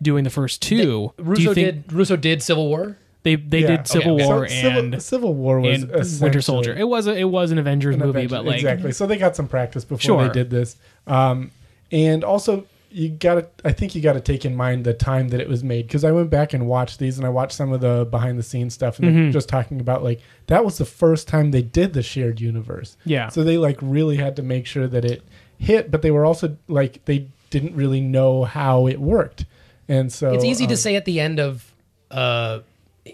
doing the first two. do
Russo
you think
did Russo did Civil War.
they they
Yeah.
did Civil
Okay.
War
So Civil-
and
Civil War was
and Winter
essentially-
Soldier. It was a, it was an Avengers
an
movie,
adventure.
but like
exactly. So they got some practice before
Sure.
they did this, um, and also you got to. I think you got to take in mind the time that it was made because I went back and watched these, and I watched some of the behind the scenes stuff, and
Mm-hmm.
they're just talking about like that was the first time they did the shared universe.
Yeah.
So they like really had to make sure that it hit, but they were also like they didn't really know how it worked, and so
It's easy to
um,
say at the end of uh,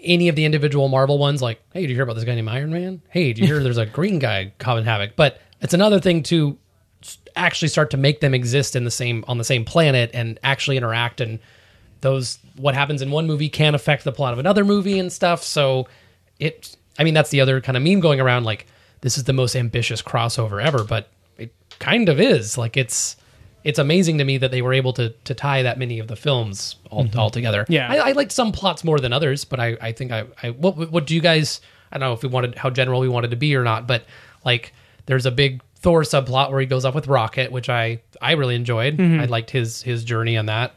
any of the individual Marvel ones, like, "Hey, did you hear about this guy named Iron Man? Hey, did you hear there's a green guy causing havoc?" But it's another thing to s- actually start to make them exist in the same on the same planet and actually interact and those what happens in one movie can affect the plot of another movie and stuff. So it, I mean, that's the other kind of meme going around. Like, this is the most ambitious crossover ever, but it kind of is. Like, it's it's amazing to me that they were able to to tie that many of the films all, all together.
Yeah.
I, I liked some plots more than others, but I I think I, I what what do you guys? I don't know if we wanted how general we wanted to be or not, but like, there's a big. Thor subplot where he goes off with Rocket, which I I really enjoyed.
Mm-hmm.
I liked his his journey on that.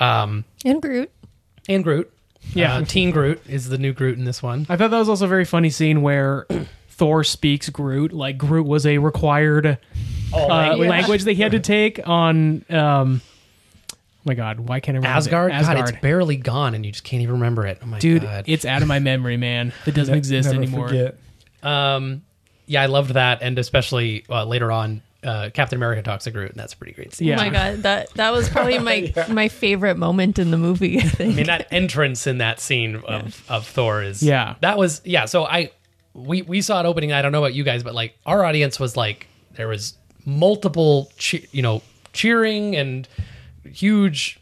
Um,
And Groot, Oh
and Groot.
Yeah.
Uh-huh.
Uh, Teen Groot is the new Groot in this one.
I thought that was also a very funny scene where (clears throat) Thor speaks Groot. Like Groot was a required
Oh,
uh, language that he had to take on. Um, oh my God, why can't I remember
Asgard?
Asgard.
God, it's barely gone and you just can't even remember it. Oh my
Dude,
god.
it's out of my memory, man. It doesn't exist
never
anymore.
forget.
um yeah, I loved that and especially uh, later on uh, Captain America talks to Groot and that's a pretty great scene.
Yeah.
oh my god, that that was probably my my favorite moment in the movie. I think.
I mean that entrance in that scene of of Thor is
Yeah.
That was yeah. So I we we saw it opening. I don't know about you guys, but like our audience was like there was multiple che- you know cheering and huge.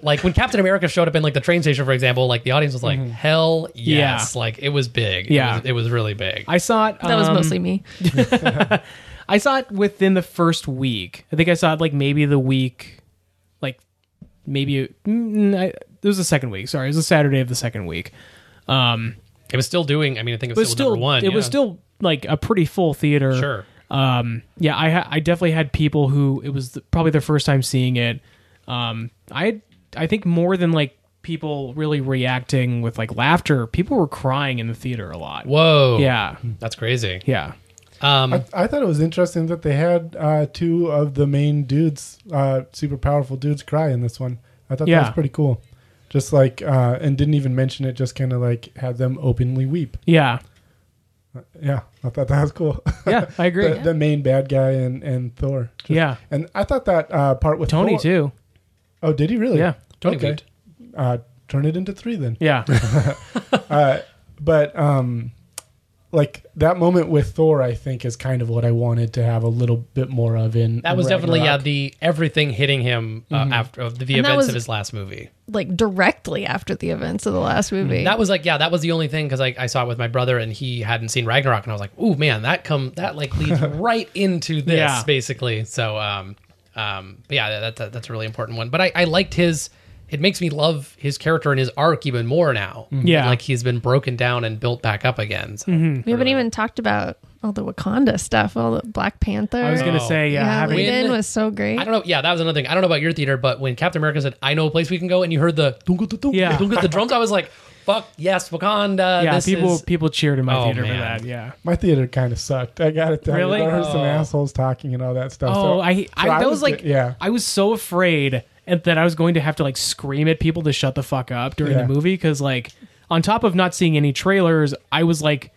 Like when Captain America showed up in like the train station, for example, like the audience was like, "Hell yes!" Like it was big.
Mm-hmm. Yeah.
it was, it was really big.
I saw it.
That was
um,
mostly me.
I saw it within the first week. I think I saw it like maybe the week, like maybe mm, I, it was the second week. Sorry, it was the Saturday of the second week. Um,
it was still doing. I mean, I think it
it
was,
was
still,
still
number one.
it was
yeah.
still like a pretty full theater.
sure.
um yeah i ha- i definitely had people who it was the, probably their first time seeing it um i i think more than like people really reacting with like laughter people were crying in the theater a lot
Whoa.
yeah
that's crazy.
yeah
Um,
I, I thought it was interesting that they had uh, two of the main dudes, uh, super powerful dudes, cry in this one. I thought that
Yeah.
was pretty cool. Just like, uh, and didn't even mention it, just kind of like had them openly weep.
yeah
Yeah, I thought that was cool.
(laughs) yeah i agree
the, the main bad guy and, and Thor. Just-
Yeah.
And I thought that uh, part with
tony
Thor-
too
Oh, did he really?
Yeah,
Tony
okay.
Wood.
Uh, turn it into three then.
(laughs) yeah
but um like that moment with thor i think is kind of what i wanted to have a little bit more of in
That was definitely yeah
Ragnarok.
the everything hitting him uh,
Mm-hmm.
after of the,
And that
events
was-
of his last movie.
Like directly after the events of the last movie.
Mm, That was like yeah, that was the only thing because I, I saw it with my brother and he hadn't seen
(laughs)
Ragnarok and I was like, oh man, that come that like leads right into this
Yeah.
basically. So um, Um, but yeah, that, that, that's a really important one. But I, I liked his. It makes me love his character and his arc even more now.
Mm-hmm. Yeah.
like he's been broken down and built back up again. So.
We haven't even talked about all the Wakanda stuff, all the Black Panther.
I was gonna say yeah,
yeah,
having,
Whedon
When-
was so great.
I don't know. Yeah, that was another thing. I don't know about your theater, but when Captain America said, "I know a place we can go," and you heard the dunk, dunk, dunk,
Yeah.
dunk, the drums, I was like, "Fuck yes, Wakanda!"
yeah
this
people
is-
people cheered in my
Oh,
theater for
man.
that. Yeah.
My theater kind of sucked. I got to tell
Really?
you, I heard some
Oh.
assholes talking and all that stuff. so,
Oh, I,
so
I, that was, like,
yeah.
I was so afraid and that I was going to have to like scream at people to shut the fuck up during
Yeah.
the movie because like on top of not seeing any trailers, I was like,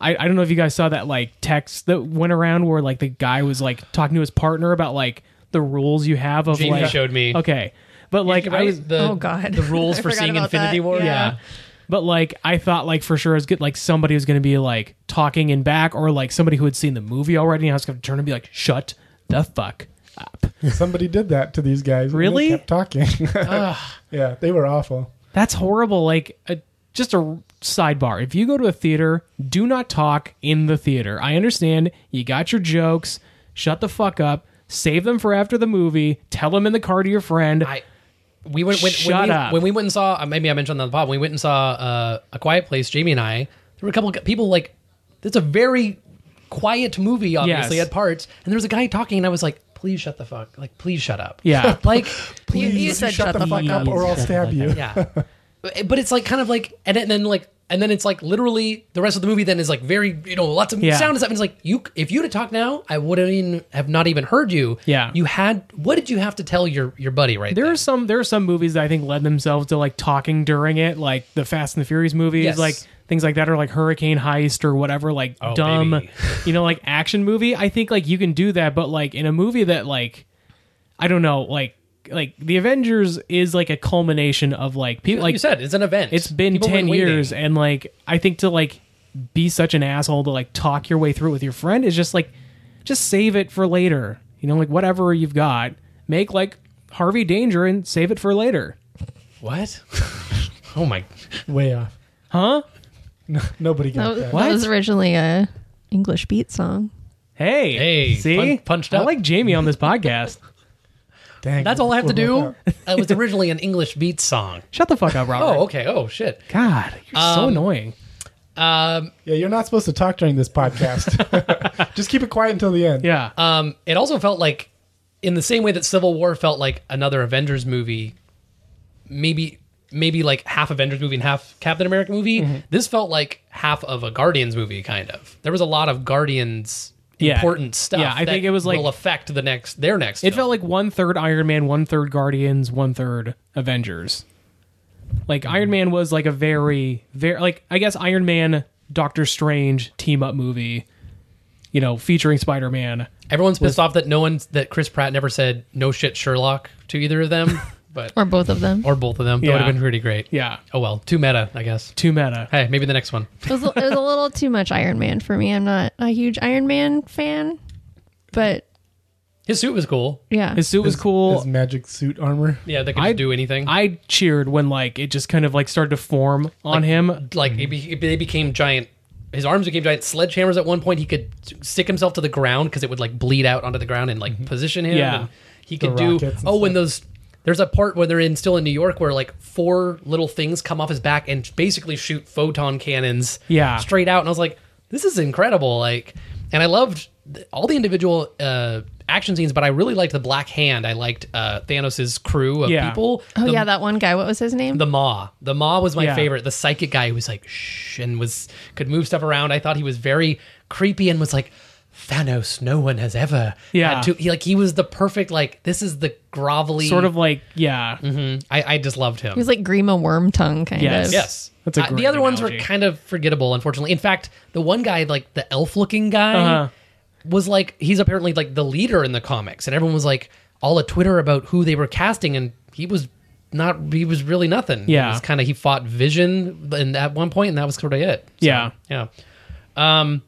I, I don't know if you guys saw that like text that went around where like the guy was like talking to his partner about like the rules you have of
Jamie
like
showed me.
okay, but like I
Right?
was
the,
oh God,
the rules
(laughs) I
for
forgot
seeing
about
Infinity
that.
War.
Yeah.
But like I thought like for sure it was good like somebody was gonna be like talking in back or like somebody who had seen the movie already and I was gonna turn and be like, Shut the fuck up.
Somebody did that to these guys. and they
Really?
kept talking. (laughs) yeah, they were awful.
That's horrible. Like a, just a r- sidebar. If you go to a theater, do not talk in the theater. I understand you got your jokes. Shut the fuck up. Save them for after the movie. Tell them in the car to your friend.
I we went when,
Shut
when, we,
up.
when we went and saw uh, maybe I mentioned on the pod when we went and saw uh, a Quiet Place. Jamie and I there were a couple of people like it's a very quiet movie obviously
Yes.
at parts and there was a guy talking and I was like please shut the fuck like please shut up
Yeah.
(laughs)
(laughs)
like
You,
Please,
you said
shut, the fuck up, or I'll stab you.
yeah (laughs) but it's like kind of like and, then- and then like and then it's like literally the rest of the movie then is like very you know lots of
Yeah.
sound and stuff and it's like you if you'd have talked now I wouldn't even have not even heard you
Yeah.
you had what did you have to tell your your buddy right
there are some there are some movies that I think led themselves to like talking during it, like the Fast and the Furious movies,
Yes.
like things like that, or like Hurricane Heist or whatever, like dumb,
baby.
you know, like action movie. I think like you can do that, but like in a movie that like I don't know, like like the Avengers is like a culmination of like people
like
like
you said, it's an event.
it's been
People
10
waiting.
years and like i think to like be such an asshole to like talk your way through it with your friend is just like just save it for later you know like whatever you've got make like harvey danger and save it for later
What? (laughs) oh my!
Way off.
huh
Nobody got
That,
that.
that
What?
was originally a English beat song.
hey
Hey,
see
pun- punched
i
up.
like jamie on this podcast
Dang,
That's all I have to
we're both
do.
out.
It was originally an English beat song.
shut the
(laughs)
fuck up robert
Oh, okay. Oh shit.
god you're so annoying
Um,
Yeah, you're not supposed to talk during this podcast. (laughs) Just keep it quiet until the end.
yeah
um, it also felt like, in the same way that Civil War felt like another Avengers movie, maybe maybe like half Avengers movie and half Captain America movie.
Mm-hmm.
This felt like half of a Guardians movie, kind of. There was a lot of Guardians.
Yeah.
Important stuff.
Yeah, I
that
think it was like-
will affect the next their next.
It
film.
felt like one third Iron Man, one third Guardians, one third Avengers. Like Iron Man was like a very, very like I guess Iron Man, Doctor Strange team up movie, you know, featuring Spider Man.
everyone's pissed off that no one that Chris Pratt never said no shit Sherlock to either
(laughs)
of them, but
Or both of them.
or both of them. That
Yeah.
would have been pretty great.
Yeah,
Oh well, too meta, I guess.
too meta.
Hey, maybe the next one.
It was, a- it was a little too much Iron Man for me. I'm not a huge Iron Man fan, but
His suit was cool.
yeah,
His suit was cool.
His magic suit armor.
Yeah, they could
I-
just do anything.
I cheered when like it just kind of like started to form on him.
like it be, it- they became giant. His arms became giant sledgehammers at one point. He could s- stick himself to the ground because it would like bleed out onto the ground and like position him.
Yeah.
and he
The
could do.
rockets and
Oh, when those there's a part where they're in still in New York where like four little things come off his back and basically shoot photon cannons.
Yeah.
straight out. And I was like, this is incredible. Like, and I loved th- all the individual uh, action scenes, but I really liked the Black Hand. I liked uh, Thanos' crew of
Yeah.
people.
oh
The-
yeah, that one guy. What was his name?
the Maw. The Maw was my
Yeah.
favorite. The psychic guy who was like shh and was could move stuff around. I thought he was very creepy and was like Thanos. No one has ever
Yeah.
had to he, like he was the perfect like this is the grovelly Mm-hmm.
Sort of like yeah,
I, I just loved him.
he was like Grima Worm Tongue kind
Yes.
of.
yes.
That's a
Uh,
great
the other ones were
analogy.
kind of forgettable, unfortunately. In fact, the one guy, like the elf looking guy,
Uh-huh.
was like he's apparently like the leader in the comics, and everyone was like all a Twitter about who they were casting, and he was not. He was really nothing.
Yeah.
kind of he fought Vision and at one point, and that was sort of it. So,
Yeah.
yeah. Um,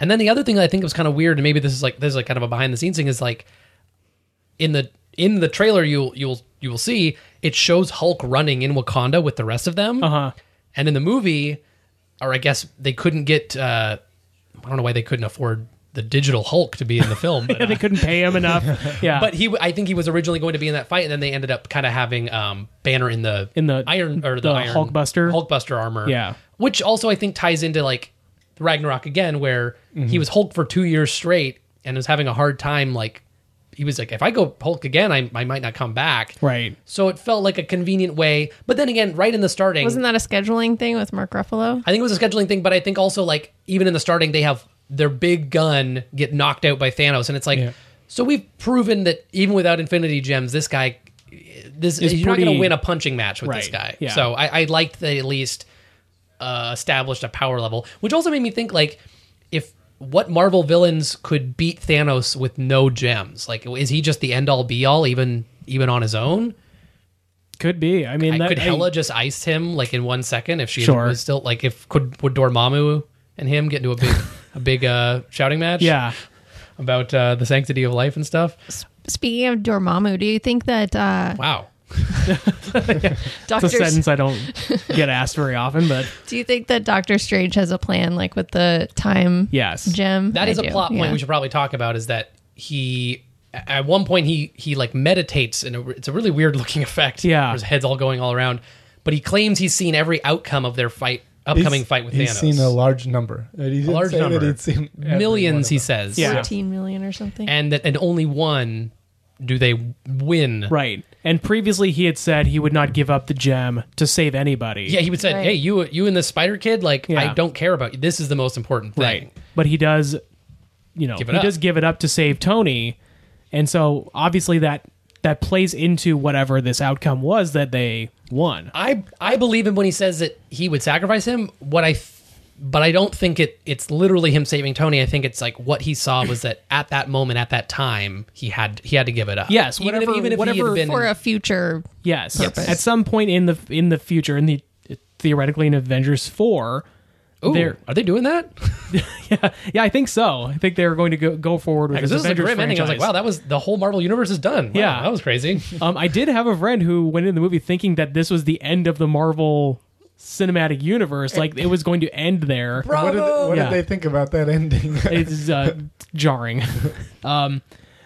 and then the other thing that I think was kind of weird, and maybe this is like this is like kind of a behind the scenes thing, is like in the in the trailer you'll you'll you will see it shows Hulk running in Wakanda with the rest of them.
Uh-huh.
And in the movie, or I guess they couldn't get uh I don't know why they couldn't afford the digital Hulk to be in the film. But, uh,
they couldn't pay him
(laughs)
enough. Yeah,
but he, I think he was originally going to be in that fight, and then they ended up kind of having um, Banner in the
In the-
Iron or the,
the
Iron
Hulkbuster?
Hulkbuster armor.
Yeah.
which also I think ties into like Ragnarok again, where
Mm-hmm.
he was Hulk for two years straight and was having a hard time. Like he was like, if I go Hulk again, I, I might not come back.
right.
So it felt like a convenient way, but then again, right in the starting,
Wasn't that a scheduling thing with Mark Ruffalo?
I think it was a scheduling thing, but I think also like even in the starting they have their big gun get knocked out by Thanos, and it's like
Yeah.
so we've proven that even without Infinity Gems, this guy this
Is
you're not going
pretty-
to win a punching match with this
Right,
guy.
yeah.
So I, I liked that at least uh, established a power level, which also made me think like if what Marvel villains could beat Thanos with no gems? Like is he just the end all be all even even on his own?
Could be. I mean,
I
that,
could Hela
I-
just ice him like in one second if she
Sure.
was still like if could would Dormammu and him get into
(laughs)
a big a big uh, shouting match?
yeah.
about uh, the sanctity of life and stuff.
Speaking of Dormammu, do you think that uh,
Wow,
It's a
Doctor
sentence I don't get asked very often, but
Do you think that Doctor Strange has a plan like with the time
yes.
gem?
that is
I
a
do,
plot point
yeah.
we should probably talk about. Is that he at one point he he like meditates and it's a really weird looking effect.
Yeah.
Where his head's all going all around, but he claims he's seen every outcome of their fight upcoming
He's-
fight with
he's
Thanos.
seen a large number. And He didn't
large
say
number.
That he'd seen every one
Millions,
of
he
them.
says.
Yeah.
14 million or something.
and that and only one do they win.
Right. And previously he had said he would not give up the gem to save anybody.
Yeah, he would say,
Right.
"Hey, you, you and this spider kid, like
Yeah.
I don't care about you. This is the most important thing."
Right. But he does, you know,
Give it
he
up.
does give it up to save Tony. And so obviously that that plays into whatever this outcome was that they won.
I I believe him when he says that he would sacrifice him. What I, th- but I don't think it. It's literally him saving Tony. I think it's like what he saw was that at that moment, at that time, he had he had to give it up.
Yes,
Even if-
whatever-
even if, he
whatever-
had been
for a future
Yes.
Purpose.
At some point in the in the future in the theoretically in Avengers 4,
Ooh,
there-
are they doing that?
(laughs) yeah, I think so. I think they're going to go, go forward with
Because
this,
(laughs) this is a
Avengers
grim ending. I was like,
franchise.
wow, that was the whole Marvel universe is done. Wow,
Yeah.
that was crazy. (laughs)
Um, I did have a friend who went in the movie thinking that this was the end of the Marvel cinematic universe, like it was going to end there.
What, did, what
Yeah.
did they think about that ending? (laughs)
It's uh, jarring. um,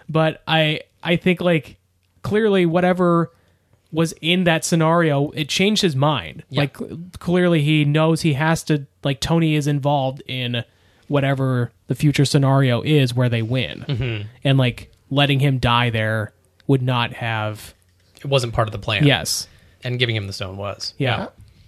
but I I think like clearly whatever was in that scenario, it changed his mind. Like cl- clearly he knows he has to like Tony is involved in whatever the future scenario is where they win, and like letting him die there would not have
It wasn't part of the plan.
yes.
and giving him the stone was.
Yeah.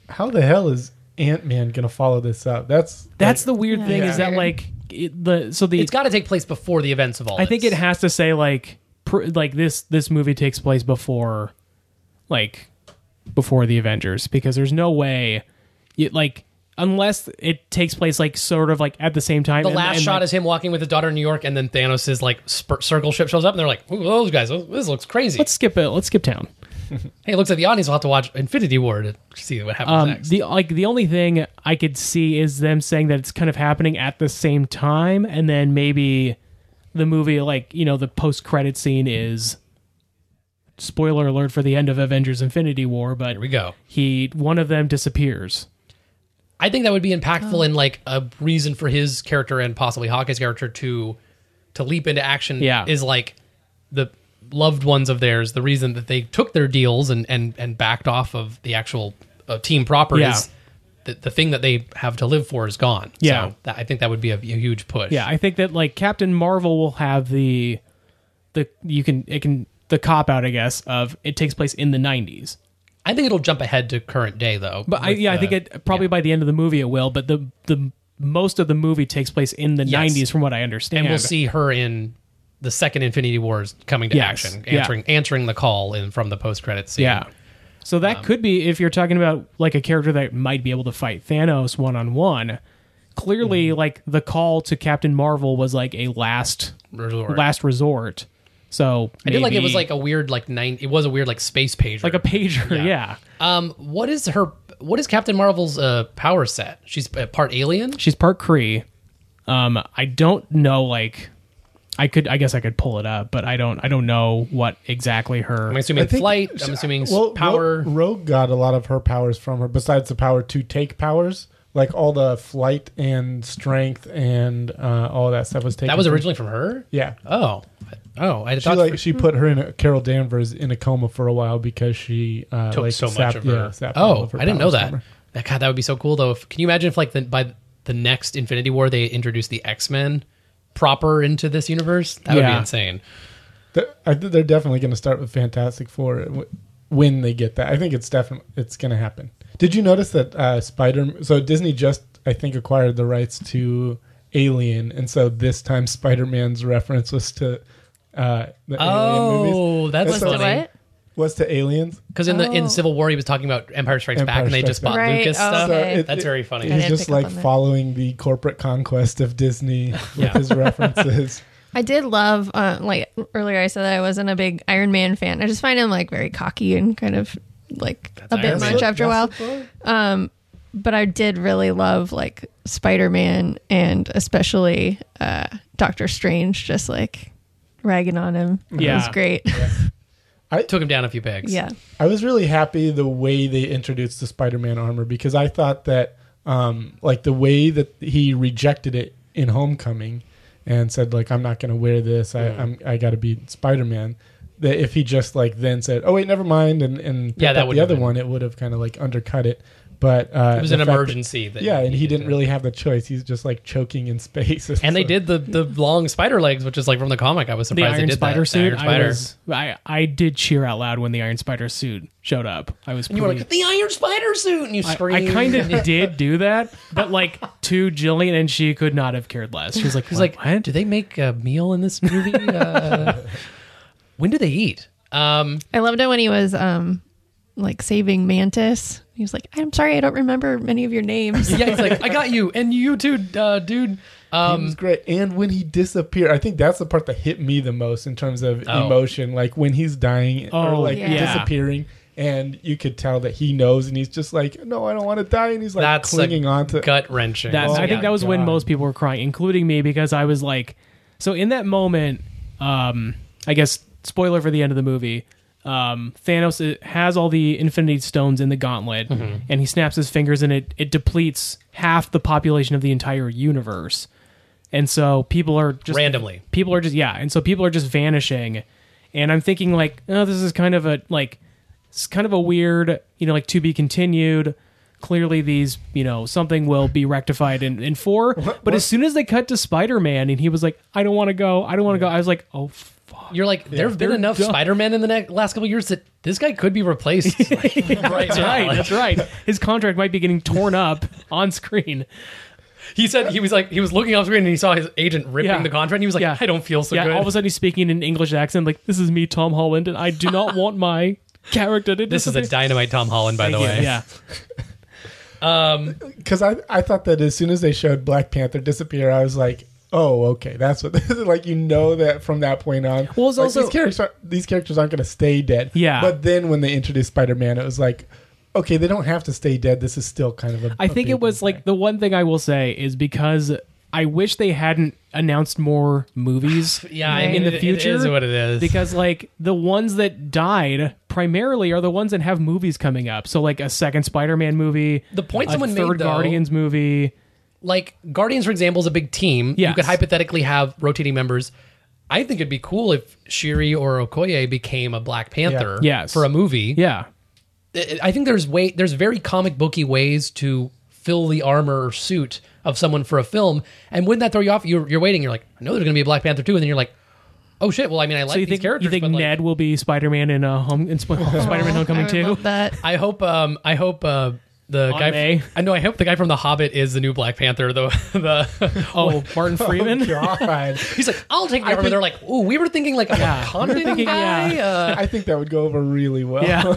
How the hell is Ant Man gonna follow this up? That's
That's the weird thing is that
Yeah.
like it, the so the
It's got to take place before the events of all.
I think it
this.
has to say like pr- like this this movie takes place before like before the Avengers because there's no way you, like unless it takes place like sort of like at the same time.
The
and-
last
and,
shot
like,
is him walking with his daughter in New York, and then Thanos' like spur- circle ship shows up, and they're like, "Ooh, those guys, this looks crazy."
let's skip it. Let's skip town.
hey, it looks like the audience will have to watch Infinity War to see what happens
Um,
next.
the like the only thing I could see is them saying that it's kind of happening at the same time, and then maybe the movie like you know the post credit scene is spoiler alert for the end of Avengers Infinity War, but
Here we go.
he one of them disappears.
I think that would be impactful in like a reason for his character and possibly Hawkeye's character to to leap into action.
Yeah.
is like the loved ones of theirs. The reason that they took their deals and and and backed off of the actual uh, team proper
Yeah.
is the, the thing that they have to live for is gone.
Yeah.
so that, I think that would be a, a huge push.
Yeah, I think that like Captain Marvel will have the the you can it can the cop out I guess of it takes place in the 90s.
I think it'll jump ahead to current day though.
But I,
with uh,
yeah, I
the-
think it probably by the end of the movie it will, but the the most of the movie takes place in the
Yes.
90s from what I understand.
and we'll see her in the second Infinity Wars coming to
Yes.
action,
Yeah.
answering answering the call in from the post credits scene.
Yeah. So that
Um,
could be if you're talking about like a character that might be able to fight Thanos one on one. Clearly,
Mm-hmm.
like the call to Captain Marvel was like a last
Resort.
last resort. So
I did like it was
maybe-
like a weird like nine. It was a weird like space page.
like a
(laughs)
pager. yeah.
um, what is her? What is Captain Marvel's uh power set? She's uh, part alien.
She's part Cree. Um, I don't know. Like, I could. I guess I could pull it up, but I don't. I don't know what exactly her.
I'm assuming
I think-
flight. I'm assuming s-
well, Ro-
power.
Rogue got a lot of her powers from her, besides the power to take powers, like all the flight and strength and uh, all that stuff was taken.
That was
from-
originally from her.
yeah.
Oh, oh, I
She
thought
like she put her in a, Carol Danvers in a coma for a while because she uh,
took
like,
so much
sapped-
of
yeah,
her.
sapped all
oh,
of her
I didn't know
powers
that.
from her.
That- God, that would be so cool though. If, can you imagine if like the, by the next Infinity War they introduced the X Men proper into this universe? That would be
Yeah.
insane.
They're, I think they're definitely going to start with Fantastic Four uh, w- when they get that. I think it's definitely it's going to happen. Did you notice that uh, Spider? So Disney just I think acquired the rights to Alien, and so this time Spider Man's reference was to uh, the Alien movies.
Oh, that's
Was
So
So-
funny.
what?
Was to Aliens.
Because in the
Oh.
in Civil War he was talking about Empire Strikes Back
Empire
and they
Strikes
just bought
Back. Right,
Lucas
oh,
stuff.
okay.
it-
That's
it-
very funny.
I
He's
didn't
just
pick up
like
on that.
following the corporate conquest of
(laughs)
Disney with
Yeah.
his
(laughs)
references.
I did love, uh, like earlier I said that I wasn't a big Iron Man fan. I just find him like very cocky and kind of like a bit
Iron Man.
much after a while. Um, but I did really love like Spider Man and especially uh, Doctor Strange, just like ragging on him. it was
Yeah.
great.
Took him down a few pegs.
(laughs) yeah.
I was really happy the way they introduced the Spider-Man armor because I thought that um, like the way that he rejected it in Homecoming and said like I'm not going to wear this. I
Mm.
I'm, I got to be Spider-Man. That if he just like then said, "Oh wait, never mind," and and picked
Yeah, that
up the
wouldn't
other
have
one, it would have kind of like undercut it. But uh,
It was
the
an
fact that-
emergency that
yeah, and he,
did
didn't
that.
really have the choice. He's just like choking in (laughs) space.
And they did the the long spider legs, which is like from the comic. I was
The
surprised they
Iron
did
Spider
that. The
suit.
Iron Spider.
I, was, I I did cheer out loud when the Iron Spider suit showed up. I was.
And you were
pretty-
like the Iron Spider suit, (laughs) and you
I,
screamed.
kind of did do that, but like to Jillian, and she could not have cared less. She was
(laughs)
like,
He's like,
what?
do they make a meal in this (laughs) movie? Uh, when do they eat? Um,
I loved it when he was um, like saving Mantis. He was like, I'm sorry, I don't remember many of your
(laughs)
names.
yeah, he's like, I got you, and you too, uh, dude.
It
Um,
was great. And when he disappeared, I think that's the part that hit me the most in terms of
Oh.
emotion. Like when he's dying or
Oh,
like
Yeah.
disappearing, and you could tell that he knows, and he's just like, "No, I don't want to die," and he's like
that's
clinging on to.
gut wrenching.
That, I think that was when
God.
most people were crying, including me, because I was like, so in that moment, um, I guess spoiler for the end of the movie, um, Thanos uh, has all the Infinity Stones in the Gauntlet, and he snaps his fingers, and it it depletes half the population of the entire universe, and so people are just
Randomly.
people are just yeah, and so people are just vanishing, and I'm thinking like, oh, this is kind of a like it's kind of a weird, you know, like to be continued. Clearly, these, you know, something will be rectified in, in four. But as soon as they cut to Spider Man and he was like, I don't want to go, I don't want to go, I was like, oh, fuck.
You're like, there have been
They're
enough
dumb.
Spider Man in the ne- last couple of years that this guy could be replaced. like, (laughs) (laughs) right,
That's right. That's right. His contract might be getting torn up on screen.
He said he was like he was looking off screen and he saw his agent ripping
Yeah.
the contract. and He was like,
Yeah.
I don't feel (laughs) so
yeah,
good.
all of a sudden he's speaking in an English accent, like, this is me, Tom Holland, and I do
(laughs)
not want my character to
this is a (laughs)
disappear."
dynamite Tom Holland, by the way. (laughs) Um,
Yeah.
Because I, I thought that as soon as they showed Black Panther disappear, I was like, "Oh, okay, that's what." (laughs) like you know that from that point on.
Well, it's
like,
also-
these characters aren't, these characters aren't going to stay dead.
Yeah.
But then when they introduced Spider Man, it was like. Okay, they don't have to stay dead. This is still kind of a.
I
a
think
big
it was
thing.
like the one thing I will say is because I wish they hadn't announced more movies.
(sighs) Yeah, I
Right.
mean,
in
it-
the future
it is what it is.
because like the ones that died primarily are the ones that have movies coming up. So like a second Spider-Man movie,
The point
a
someone made,
third
though-
Guardians movie.
like Guardians, for example, is a big team. You
Yes.
could hypothetically have rotating members. I think it'd be cool if Shiri or Okoye became a Black Panther
Yeah. Yes.
for a movie.
Yeah.
I- I think there's way there's very comic booky ways to fill the armor or suit of someone for a film, and wouldn't that throw you off? You're, you're waiting. You're like, I know there's gonna be a Black Panther too, and then you're like, oh shit. Well, I mean, I like
So you
these
think
characters.
you think
but, like,
Ned will be Spider-Man in a home in Sp- (laughs)
(laughs)
Spider-Man Homecoming
I would
too?
love that.
I hope um I hope uh the
Aunt
guy
May.
I know I hope the guy from The Hobbit is the new Black Panther the (laughs) the
Oh,
(laughs)
Martin
(laughs)
Freeman.
God.
he's like I'll take the armor
think-
they're like oh we were thinking like a Wakandan
thinking,
guy
yeah.
uh,
I think that would go over really well.
(laughs) yeah.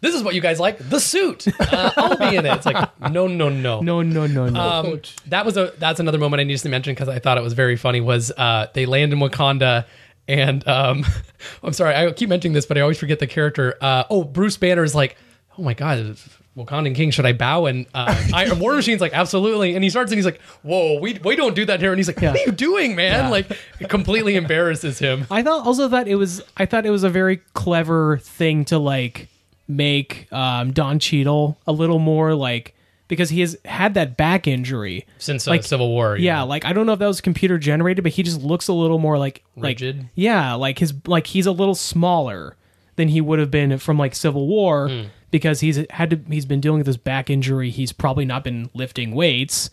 this is what you guys like the suit uh, I'll be in it it's like no no no
No, no, no, no.
um, that was a that's another moment I needed to mention because I thought it was very funny. Was uh, they land in Wakanda and um, (laughs) I'm sorry I keep mentioning this, but I always forget the character. Uh, oh, Bruce Banner is like, oh my god, Wakandan king, should I bow? And (laughs) uh, I, War Machine's like, absolutely. And he starts and he's like, whoa, we we don't do that here. And he's like,
Yeah.
what are you doing, man? Like, it completely embarrasses him.
I thought also thought it was I thought it was a very clever thing to like make um, Don Cheadle a little more like because he has had that back injury.
since
Like,
the Civil War.
Yeah, like I don't know if that was computer generated, but he just looks a little more like like-
Rigid?
yeah, like his like he's a little smaller than he would have been from like Civil War
Hmm.
because he's had to he's been dealing with this back injury. He's probably not been lifting weights,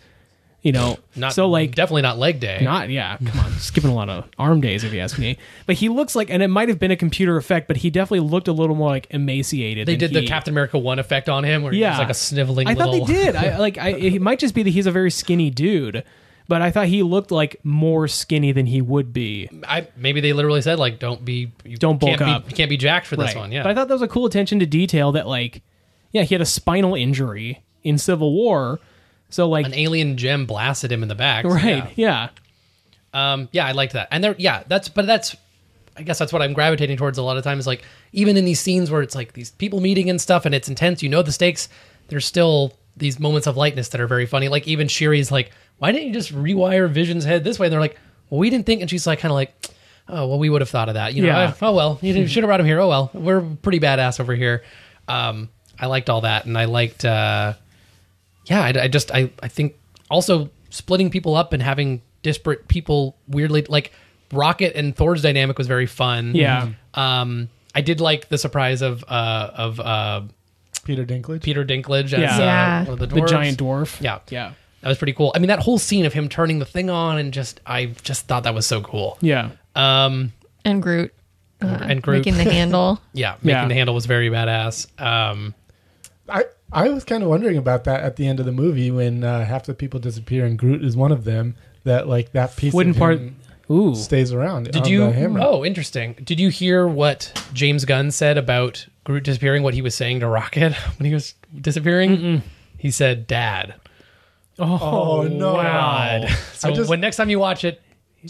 you know.
not
so like
definitely not leg day.
not yeah, come on, skipping a lot of arm days if you ask me. But he looks like, and it might have been a computer effect, but he definitely looked a little more like emaciated.
they
than he-
did the Captain America one effect on him, where
yeah,
he's like a sniveling.
I thought
little,
they did. I like. I, it might just be that he's a very skinny dude, but I thought he looked like more skinny than he would be.
(laughs) I maybe they literally said like, don't be, you
Don't bulk
can't be-
up.
you can't be jacked for this
Right.
one. Yeah,
But I thought that was a cool attention to detail. That like, yeah, he had a spinal injury in Civil War, so like,
an alien gem blasted him in the back. so
right, yeah.
yeah. Um, yeah, I liked that. And there, yeah, that's but that's. I guess that's what I'm gravitating towards a lot of times. Like even in these scenes where it's like these people meeting and stuff, and it's intense. You know the stakes. There's still these moments of lightness that are very funny. Like even Shiri's like, "Why didn't you just rewire Vision's head this way?" And they're like, "Well, we didn't think." And she's like, kind of like, "Oh, well, we would have thought of that." You know,
Yeah.
"Oh, oh well, you didn't- should have brought him here. Oh well, we're pretty badass over here. Um, I liked all that, and I liked, uh, yeah, I, I just I I think also splitting people up and having disparate people weirdly like Rocket and Thor's dynamic was very fun.
Yeah.
Um, I did like the surprise of uh of uh
Peter Dinklage.
Peter Dinklage as
Yeah.
uh,
Yeah.
one of the
The
dwarves.
giant dwarf.
Yeah.
yeah,
That was pretty cool. I mean, that whole scene of him turning the thing on and just I just thought that was so cool.
yeah.
Um.
and Groot. uh,
And Groot.
making the handle.
Yeah. Making
Yeah.
the handle was very badass. Um.
I I was kind of wondering about that at the end of the movie when uh, half the people disappear and Groot is one of them. That like that piece
Wooden
of
part.
him
Ooh,
stays around.
Did
on
you?
The hammer.
Oh, interesting. Did you hear what James Gunn said about Groot disappearing? What he was saying to Rocket (laughs) when he was disappearing? He said, "Dad."
Oh, no!
God. (laughs) So
I just-
when next time you watch it,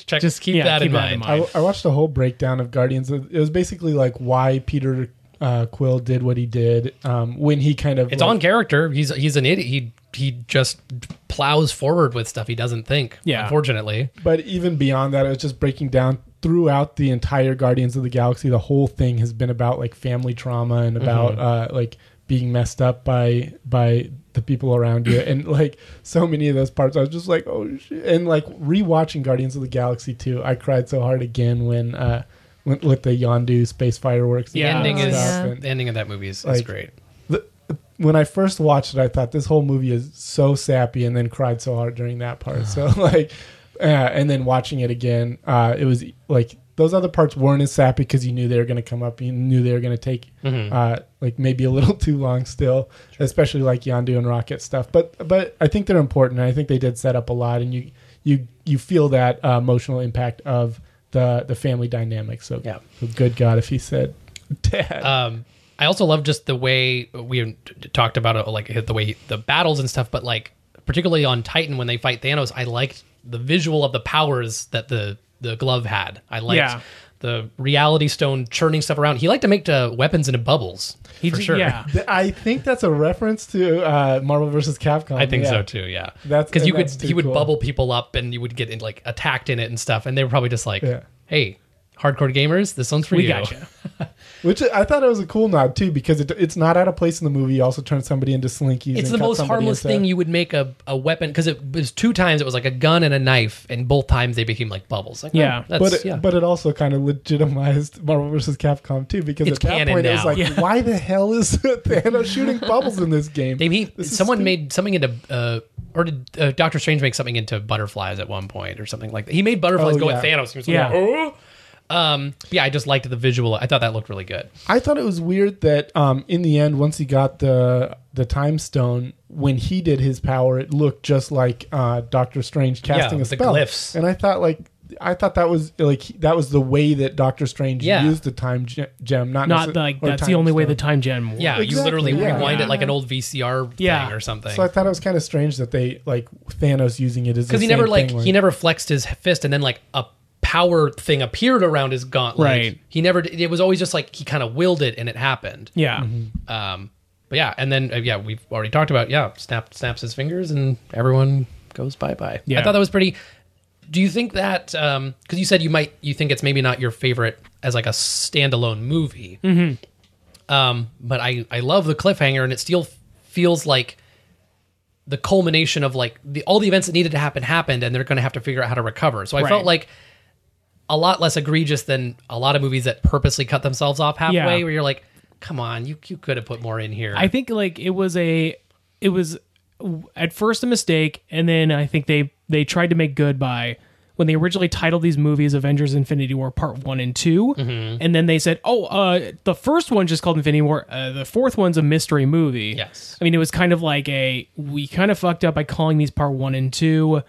check just keep
yeah,
that
keep
in mind.
I, I watched the whole breakdown of Guardians. of- It was basically like why Peter uh, Quill did what he did um, when he kind of
It's
like-
on character. He's he's an idiot. He he just plows forward with stuff he doesn't think.
Yeah.
Unfortunately.
But even beyond that, it was just breaking down throughout the entire Guardians of the Galaxy. The whole thing has been about like family trauma and about uh, like being messed up by by the people around you, and (laughs) like so many of those parts. I was just like, oh shit! And like rewatching Guardians of the Galaxy too, I cried so hard again when uh, when, with the Yondu space fireworks.
The ending
Oh,
is
yeah.
the ending of that movie is, is
Like-
great.
when I first watched it, I thought this whole movie is so sappy, and then cried so hard during that part. So like, uh, and then watching it again, uh, it was like those other parts weren't as sappy because you knew they were going to come up, you knew they were going to take uh, like maybe a little (laughs) too long still, especially like Yondu and Rocket stuff. But but I think they're important. and I think they did set up a lot, and you you you feel that uh, emotional impact of the the family dynamic. So
Yeah.
so good God, if he said, (laughs) Dad,
Um, I also love just the way we t- talked about it, like the way the battles and stuff, but like particularly on Titan when they fight Thanos, I liked the visual of the powers that the the glove had. I liked
Yeah.
the reality stone churning stuff around. He liked to make the weapons into bubbles.
he
for
j-
sure. (laughs)
Yeah,
Th- I think that's a reference to uh, Marvel versus Capcom.
I think
yeah.
so too. Yeah,
That's-
because you
and
could
that's too
he would
cool.
bubble people up and you would get in, like attacked in it and stuff, and they were probably just like,
Yeah.
"Hey, hardcore gamers, this one's for
we
you."
got you.
Which I thought it was a cool nod too, because it, it's not out of place in the movie. You also turn somebody into slinkies.
It's
and
the
cut
most
somebody
harmless
into-
thing you would make a, a weapon because it was two times it was like a gun and a knife, and both times they became like bubbles. Like,
Yeah.
oh, that's,
But it,
yeah.
but it also kind of legitimized (laughs) Marvel versus Capcom too, because
It's
at that
canon
point it was
now.
like,
Yeah.
why the hell is (laughs) Thanos shooting bubbles in this game?
they made,
This is
someone
stupid.
made something into uh, or did uh, Doctor Strange make something into butterflies at one point or something like that? He made butterflies
Oh,
go
yeah.
at Thanos. He was like,
Yeah.
"Oh." Um, yeah, I just liked the visual. I thought that looked really good.
I thought it was weird that um, in the end, once he got the the time stone, when he did his power, it looked just like uh, Doctor Strange casting
Yeah,
a
the
spell.
glyphs.
And I thought like I thought that was like he- that was the way that Doctor Strange
Yeah.
used the time ge- gem, not
Not
necess-
like
or
that's the
time
only way the
stone.
time gem. Works.
Yeah, you
Exactly,
literally
yeah.
rewind
Yeah.
it like an old VCR
Yeah.
thing or something.
So I thought it was kind of strange that they like Thanos using it as
because
the
he never
same
like
thing,
he never flexed his fist and then like a power thing appeared around his gauntlet
Right.
he never did- it was always just like he kind of willed it and it happened
yeah.
um but yeah and then uh, yeah we've already talked about yeah snap snaps his fingers and everyone goes bye-bye
Yeah.
i thought that was pretty do you think that um because you said you might you think it's maybe not your favorite as like a standalone movie
Mm-hmm.
um but i i love the cliffhanger and it still feels like the culmination of like the all the events that needed to happen happened, and they're going to have to figure out how to recover. So I
Right.
felt like a lot less egregious than a lot of movies that purposely cut themselves off halfway,
Yeah.
where you're like, "Come on, you you could have put more in here."
I think like it was a it was at first a mistake and then I think they they tried to make good by when they originally titled these movies Avengers Infinity War Part 1 and 2
Mm-hmm.
and then they said, "Oh, uh the first one just called Infinity War, uh, the fourth one's a mystery movie."
Yes.
(laughs) I mean, it was kind of like a we kind of fucked up by calling these Part 1 and 2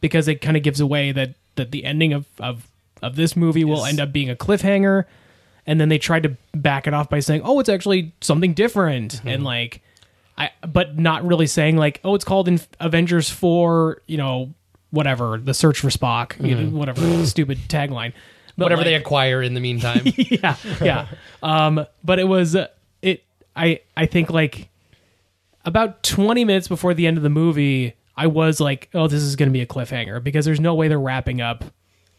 because it kind of gives away that that the ending of of of this movie will end up being a cliffhanger and then they tried to back it off by saying, "Oh, it's actually something different,"
Mm-hmm.
and like, I but not really saying like, "Oh, it's called in Avengers Four, you know, whatever, the search for Spock, you know,
(clears throat)
whatever stupid tagline, but
Mm-hmm. Whatever they
like-
acquire in
(laughs)
the meantime,
yeah, yeah. Um, but it was uh, it. I I think like about twenty minutes before the end of the movie, I was like, "Oh, this is going to be a cliffhanger," because there's no way they're wrapping up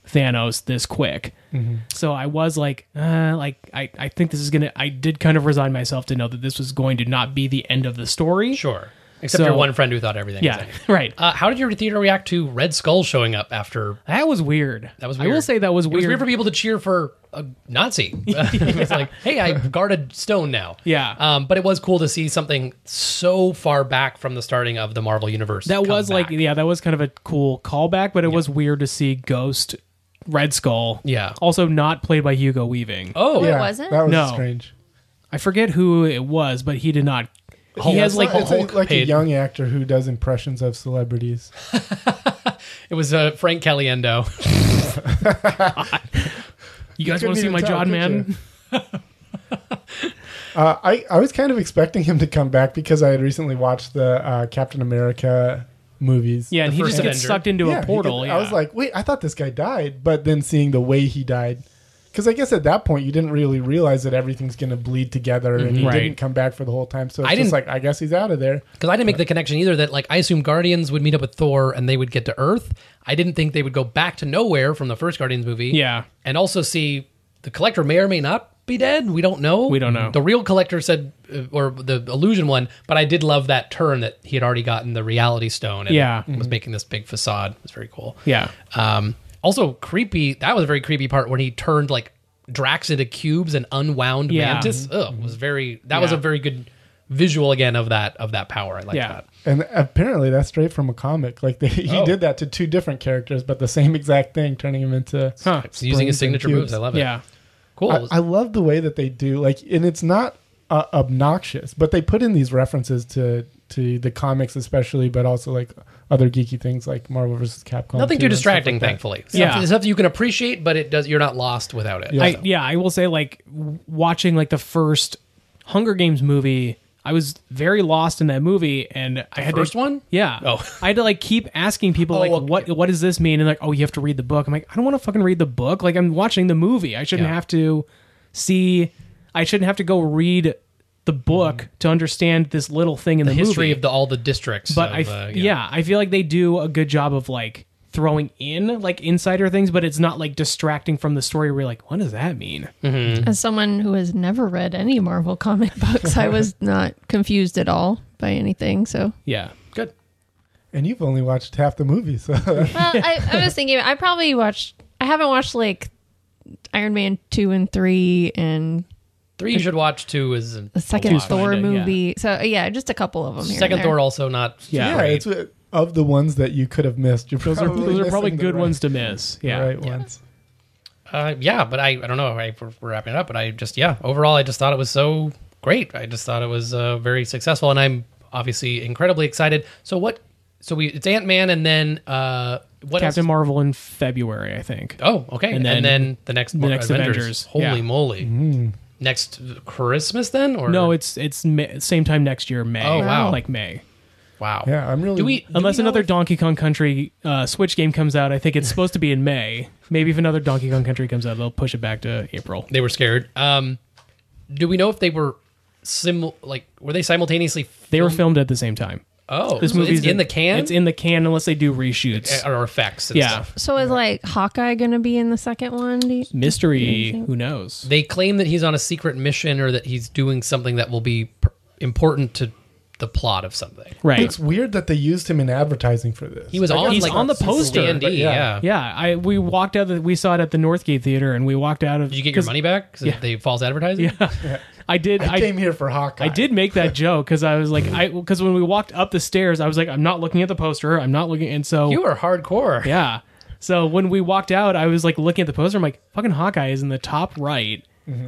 Thanos this quick.
Mm-hmm.
So I was like, uh, like I I think this is gonna. I did kind of resign myself to know that this was going to not be the end of the story.
sure. Except
So-
your one friend who thought everything. was
Yeah. (laughs)
ending.
Right.
Uh, how did your theater react to Red Skull showing up after?
that was weird.
That was
I will
weird.
say that was
It
weird.
was weird for people to cheer for a
(laughs)
Nazi. (laughs) it's like, hey, I guard a stone now.
Yeah.
Um, but it was cool to see something so far back from the starting of the Marvel universe.
That
come
was like
back.
yeah, that was kind of a cool callback, but it was weird to see Ghost Red Skull.
Yeah.
Also not played by Hugo Weaving.
oh,
Yeah.
yeah.
It wasn't?
That was
No.
strange.
I forget who it was, but he did not he has like
It's a-
Hulk
like a
paid-
young actor who does impressions of celebrities.
it was uh, Frank Caliendo.
you guys
You
want to see
couldn't
my
even tell,
John
could
man?
you?
(laughs)
Uh, I I was kind of expecting him to come back because I had recently watched the uh, Captain America movies.
Yeah, and
The
he
first
just gets
Avenger.
sucked into
Yeah,
a
he
portal.
did-
yeah.
I was like, wait, I thought this guy died, but then seeing the way he died, because I guess at that point you didn't really realize that everything's going to bleed together, and he
Mm-hmm. Right.
didn't come back for the whole time. So it's
I
just
didn't-
like, I guess he's out of there.
Because I didn't make the connection either that, like, I assumed Guardians would meet up with Thor and they would get to Earth. I didn't think they would go back to nowhere from the first Guardians movie.
Yeah.
And also see the collector may or may not be dead. We don't know.
We don't know.
The real collector said, uh, or the illusion one, but I did love that turn that he had already gotten the reality stone and
Yeah.
was making this big facade. It was very cool.
Yeah.
Um, also, creepy. That was a very creepy part when he turned like Drax into cubes and unwound
Yeah.
Mantis. Ugh, was very. That was
Yeah.
a very good visual again of that of that power. I like
Yeah.
that.
And apparently that's straight from a comic. Like (laughs) they, he
Oh.
did that to two different characters, but the same exact thing, turning him into.
Huh.
It's using his
Brains and
signature moves.
cubes.
I love it.
Yeah.
cool.
I, I love the way that they do like, and it's not uh, obnoxious, but they put in these references to to the comics, especially, but also like other geeky things like Marvel versus Capcom.
Nothing
2
too
and stuff
distracting,
like that.
thankfully.
Yeah.
Stuff, stuff you can appreciate, but it does. You're not lost without it.
Yeah.
I, yeah, I will say like w- watching like the first Hunger Games movie, I was very lost in that movie, and I had
first
to,
one?
Yeah.
Oh.
I had to like keep asking people
Oh,
like
okay.
what what does this mean? And like oh you have to read the book. I'm like I don't want to fucking read the book. Like I'm watching the movie. I shouldn't
Yeah.
have to see. I shouldn't have to go read the book to understand this little thing in the,
The history
movie
of the all the districts.
but
of,
I
uh,
f- yeah. I feel like they do a good job of like throwing in like insider things, but it's not like distracting from the story. Where you're like, what does that mean?
As someone who has never read any Marvel comic books,
(laughs)
I was not confused at all by anything. So
Yeah, good.
And you've only watched half the movie, (laughs) so
Well, I, I was thinking I probably watched. I haven't watched like Iron Man two and three and
three you should watch. Two is
the second
lot.
Thor
Kinda, Oh, yeah.
movie. So uh, yeah, just a couple of them. Here
second
and there.
Thor also not.
Yeah.
yeah, it's uh, of the ones that you could have missed. You're
Those are
probably
those are
missing
probably
the
good
right-
ones to miss.
the
Yeah,
right ones.
Uh, yeah, but I, I don't know. I, we're, we're wrapping it up, but I just yeah. Overall, I just thought it was so great. I just thought it was uh, very successful, and I'm obviously incredibly excited. So what? So we it's Ant Man, and then uh, what?
Captain
else?
Marvel in February, I think.
Oh, okay.
And
And
then
then, the next
the
Mar-
next
Avengers.
Avengers.
Holy
Yeah. Mm-hmm.
moly! Next Christmas then, or
No, it's it's May, same time next year, May.
Oh, wow.
like May.
wow.
Yeah, I'm really.
Do we? do
Unless
we know
another
if-
Donkey Kong Country uh, Switch game comes out, I think it's supposed to be in May. Maybe if another Donkey Kong Country comes out, they'll push it back to April.
they were scared. Um, do we know if they were sim like were they simultaneously?
They were filmed at the same time.
Oh,
This
so
movie's
it's in the can. Eh,
It's in the can unless they do reshoots.
or effects. And
Yeah.
stuff.
So is like Hawkeye going to be in the second one? Do you-
Mystery, who knows?
They claim that he's on a secret mission or that he's doing something that will be per- important to the plot of something.
right.
It's weird that they used him in advertising for this.
He was on
he's
like
on the poster,
standee,
but
yeah.
yeah.
Yeah, I we walked out. The, we saw it at the Northgate Theater, and we walked out of.
Did you get your
'cause
money back? 'Cause they false advertising.
I did.
I,
I,
came here for Hawkeye.
I did make
(laughs)
that joke because I was like, I because when we walked up the stairs, I was like, I'm not looking at the poster. I'm not looking, and so
You were hardcore.
yeah. So when we walked out, I was like looking at the poster. I'm like, fucking Hawkeye is in the top right.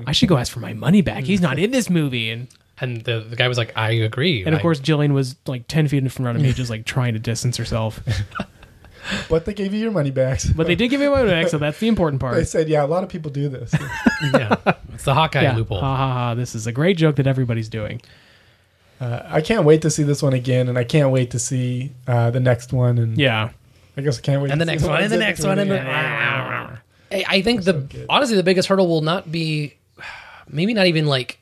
I should go ask for my money back. He's not in this movie, and
And the, the guy was like, "I agree."
and of
I-
course Jillian was like ten feet in front of me, just like trying to distance herself.
But they gave you your money backs.
But
(laughs)
they did give me my money back, so that's the important part.
They said, yeah, a lot of people do
(laughs)
this.
(laughs) yeah. it's the Hawkeye
yeah.
loophole.
Ha ha ha! This is a great joke that everybody's doing.
I can't wait to see this one again, and I can't wait to see uh, the next one. And
Yeah.
I guess I can't wait.
and the
to see
next
the
one, and
ones
the
in
next one, and the.
between.
I I think the honestly the biggest hurdle will not be, maybe not even like,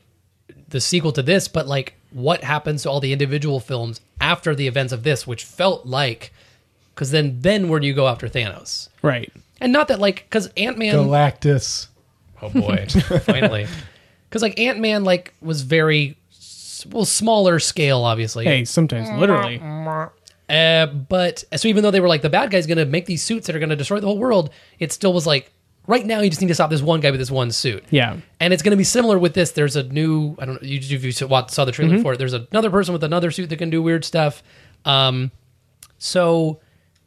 the sequel to this, but like what happens to all the individual films after the events of this, which felt like, because then then where do you go after Thanos?
Right.
And not that like because Ant Man.
Galactus.
Oh (laughs) boy, finally. Because like Ant Man like was very s- well smaller scale obviously.
Hey, sometimes literally.
Uh, but so even though they were like the bad guy's gonna make these suits that are gonna destroy the whole world, it still was like right now you just need to stop this one guy with this one suit.
Yeah.
And it's gonna be similar with this. There's a new I don't know you if you saw saw the
Mm-hmm.
trailer for it. There's another person with another suit that can do weird stuff. Um, so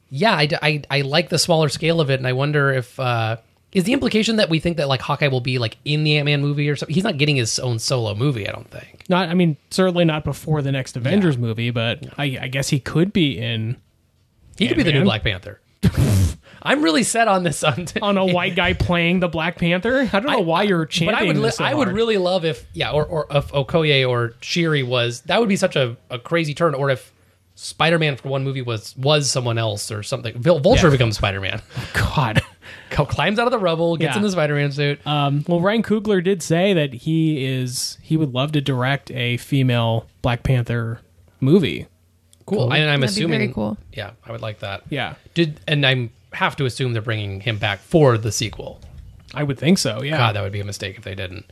yeah, I, d- I- I like the smaller scale of it, and I wonder if uh, is the implication that we think that like Hawkeye will be like in the Ant Man movie or something. He's not getting his own solo movie, I don't think.
Not. I mean, certainly not before the next Avengers movie, but I, I guess he could be in
He could be the new
Ant-Man?
Black Panther. (laughs) I'm really set on this on,
on
(laughs)
a white guy playing the Black Panther. I don't know why you're
But
championing
I would, li-
this so
I would
hard.
really love if, yeah, or, or if Okoye or Shiri was, that would be such a, a crazy turn. Or if Spider-Man for one movie was, was someone else or something. Vil- Vulture becomes Spider-Man. (laughs)
God.
Co- Climbs out of the rubble, gets
Yeah.
in the Spider-Man suit.
Um, well, Ryan Coogler did say that he is he would love to direct a female Black Panther movie.
cool. And I'm
That'd be
assuming,
very cool.
yeah, I would like that.
Yeah,
Did, and I have to assume they're bringing him back for the sequel.
I would think so. Yeah.
God, that would be a mistake if they didn't.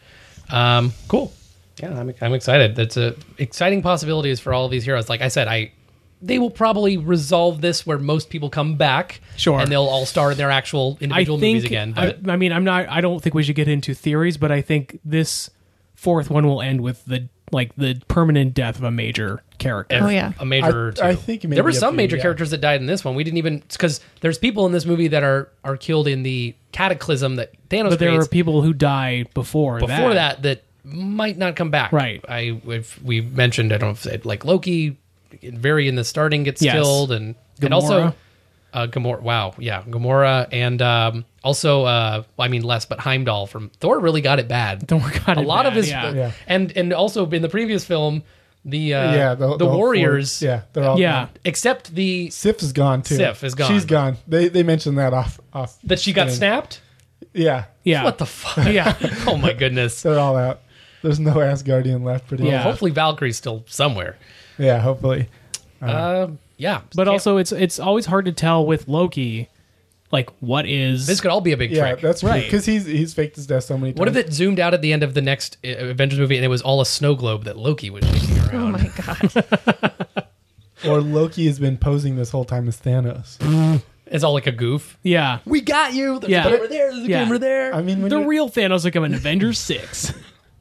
Um, cool. Yeah, I'm, I'm excited. That's a exciting possibilities for all of these heroes. Like I said, I they will probably resolve this where most people come back,
Sure.
and they'll all star in their actual
I
individual
think.
movies again.
I,
But
I mean, I'm not. I don't think we should get into theories, but I think this fourth one will end with the like the permanent death of a major character.
Oh yeah.
a major.
I-
or two.
I think maybe
there were
a
some
few,
major
yeah.
characters that died in this one. We didn't even because there's people in this movie that are are killed in the cataclysm that Thanos
But there are
creates
people who die before (laughs)
before that that might not come back.
Right.
I if we mentioned I don't know if it, like Loki, very in the starting gets
Yes.
killed and and
Gamora.
also uh, Gamora. Wow, yeah, Gamora and um, also uh, well, I mean less, but Heimdall from Thor really got it bad.
Thor got
a
it
lot of
bad,
his
yeah.
Yeah.
and and also in the previous film the uh,
yeah,
the,
whole
warriors
four- yeah, they're all.
Yeah.
Gone.
except the
Sif is gone too.
Sif is gone.
She's gone. They they mentioned that off off.
that she got
thing.
snapped.
Yeah,
Yeah.
What the fuck?
(laughs) Yeah.
(laughs) oh my goodness.
they're all out. There's no Asgardian left. Pretty
(laughs) Yeah.
much.
Hopefully Valkyrie's still somewhere.
Yeah, hopefully.
Uh, yeah,
Uh-huh. But
Can't-
also, it's it's always hard to tell with Loki, like what is
this could all be a big
Yeah,
trick.
that's right.
Right.
Because he's he's faked his death so many times.
What if it zoomed out at the end of the next uh, Avengers movie and it was all a snow globe that Loki was shaking
Oh
around?
my
(laughs)
god.
Or Loki has been posing this whole time as Thanos.
It's all like a goof.
yeah.
We got you. There's
Yeah.
a camera there. There's a
Yeah.
camera there.
I mean, when
the
you're-
real Thanos will come
(laughs)
in Avengers six.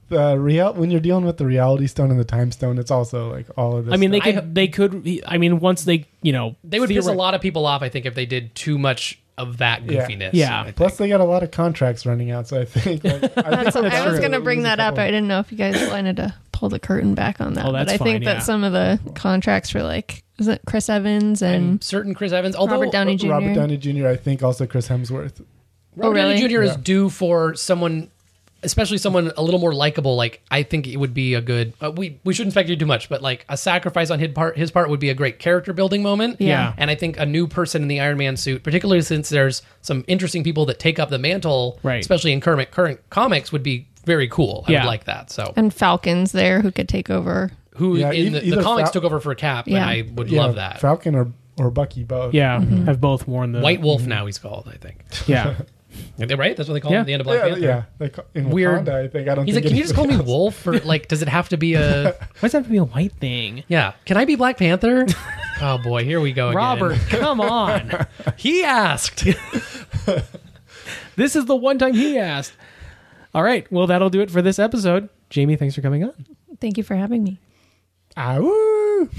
the real when you're dealing with the reality stone and the time stone, it's also like all of this.
I mean, they
stuff.
could
I-
they could. I mean, once they you know
they would piss a
theoret-
lot of people off, I think, if they did too much of that
Yeah.
goofiness.
Yeah.
I
plus they got a lot of contracts running out, so I think. Like, I, think
I was
true.
gonna bring
There's a
that up.
couple.
I didn't know if you guys wanted to pull the curtain back on that.
Oh,
but
that's
I think
fine, yeah.
that some of the contracts for like is it Chris Evans
think.
and
certain Chris Evans, although
Robert Downey Jr.
Robert Downey Jr. I think also Chris Hemsworth.
Robert
Oh,
Downey
really?
Jr. is due for someone, especially someone a little more likable. Like I think it would be a good. Uh, we we shouldn't expect you too much, but like a sacrifice on his part, his part would be a great character building moment.
Yeah.
and I think a new person in the Iron Man suit, particularly since there's some interesting people that take up the mantle,
Right.
Especially in current current comics, would be very cool. I
Yeah.
would like that. So
and Falcons there who could take over.
who
Yeah,
in
eith-
the, the
either
comics
Fal-
took over for Cap,
Yeah.
and I would
Yeah,
love that.
Falcon or or Bucky both.
Yeah, Mm-hmm. have both worn
(laughs)
the
White Wolf now he's called, I think.
(laughs) Yeah,
Right? That's what they call
Mm-hmm.
him
Yeah.
at the end of Black
Yeah,
Panther.
yeah. They call, in
Weird.
Wakanda, I think I don't.
He's like,
think
can you just call me
anybody else- (laughs)
Wolf? Or like, does it have to be a?
Why does that have to be a white thing?
Yeah. Can I be
(laughs)
Black Panther? oh boy, here we go
(laughs)
again.
Robert, come on.
He (laughs) asked.
this is the one time he asked. All right. Well, that'll do it for this episode. Jamie, thanks for coming on.
Thank you for having me.
Ah, woo.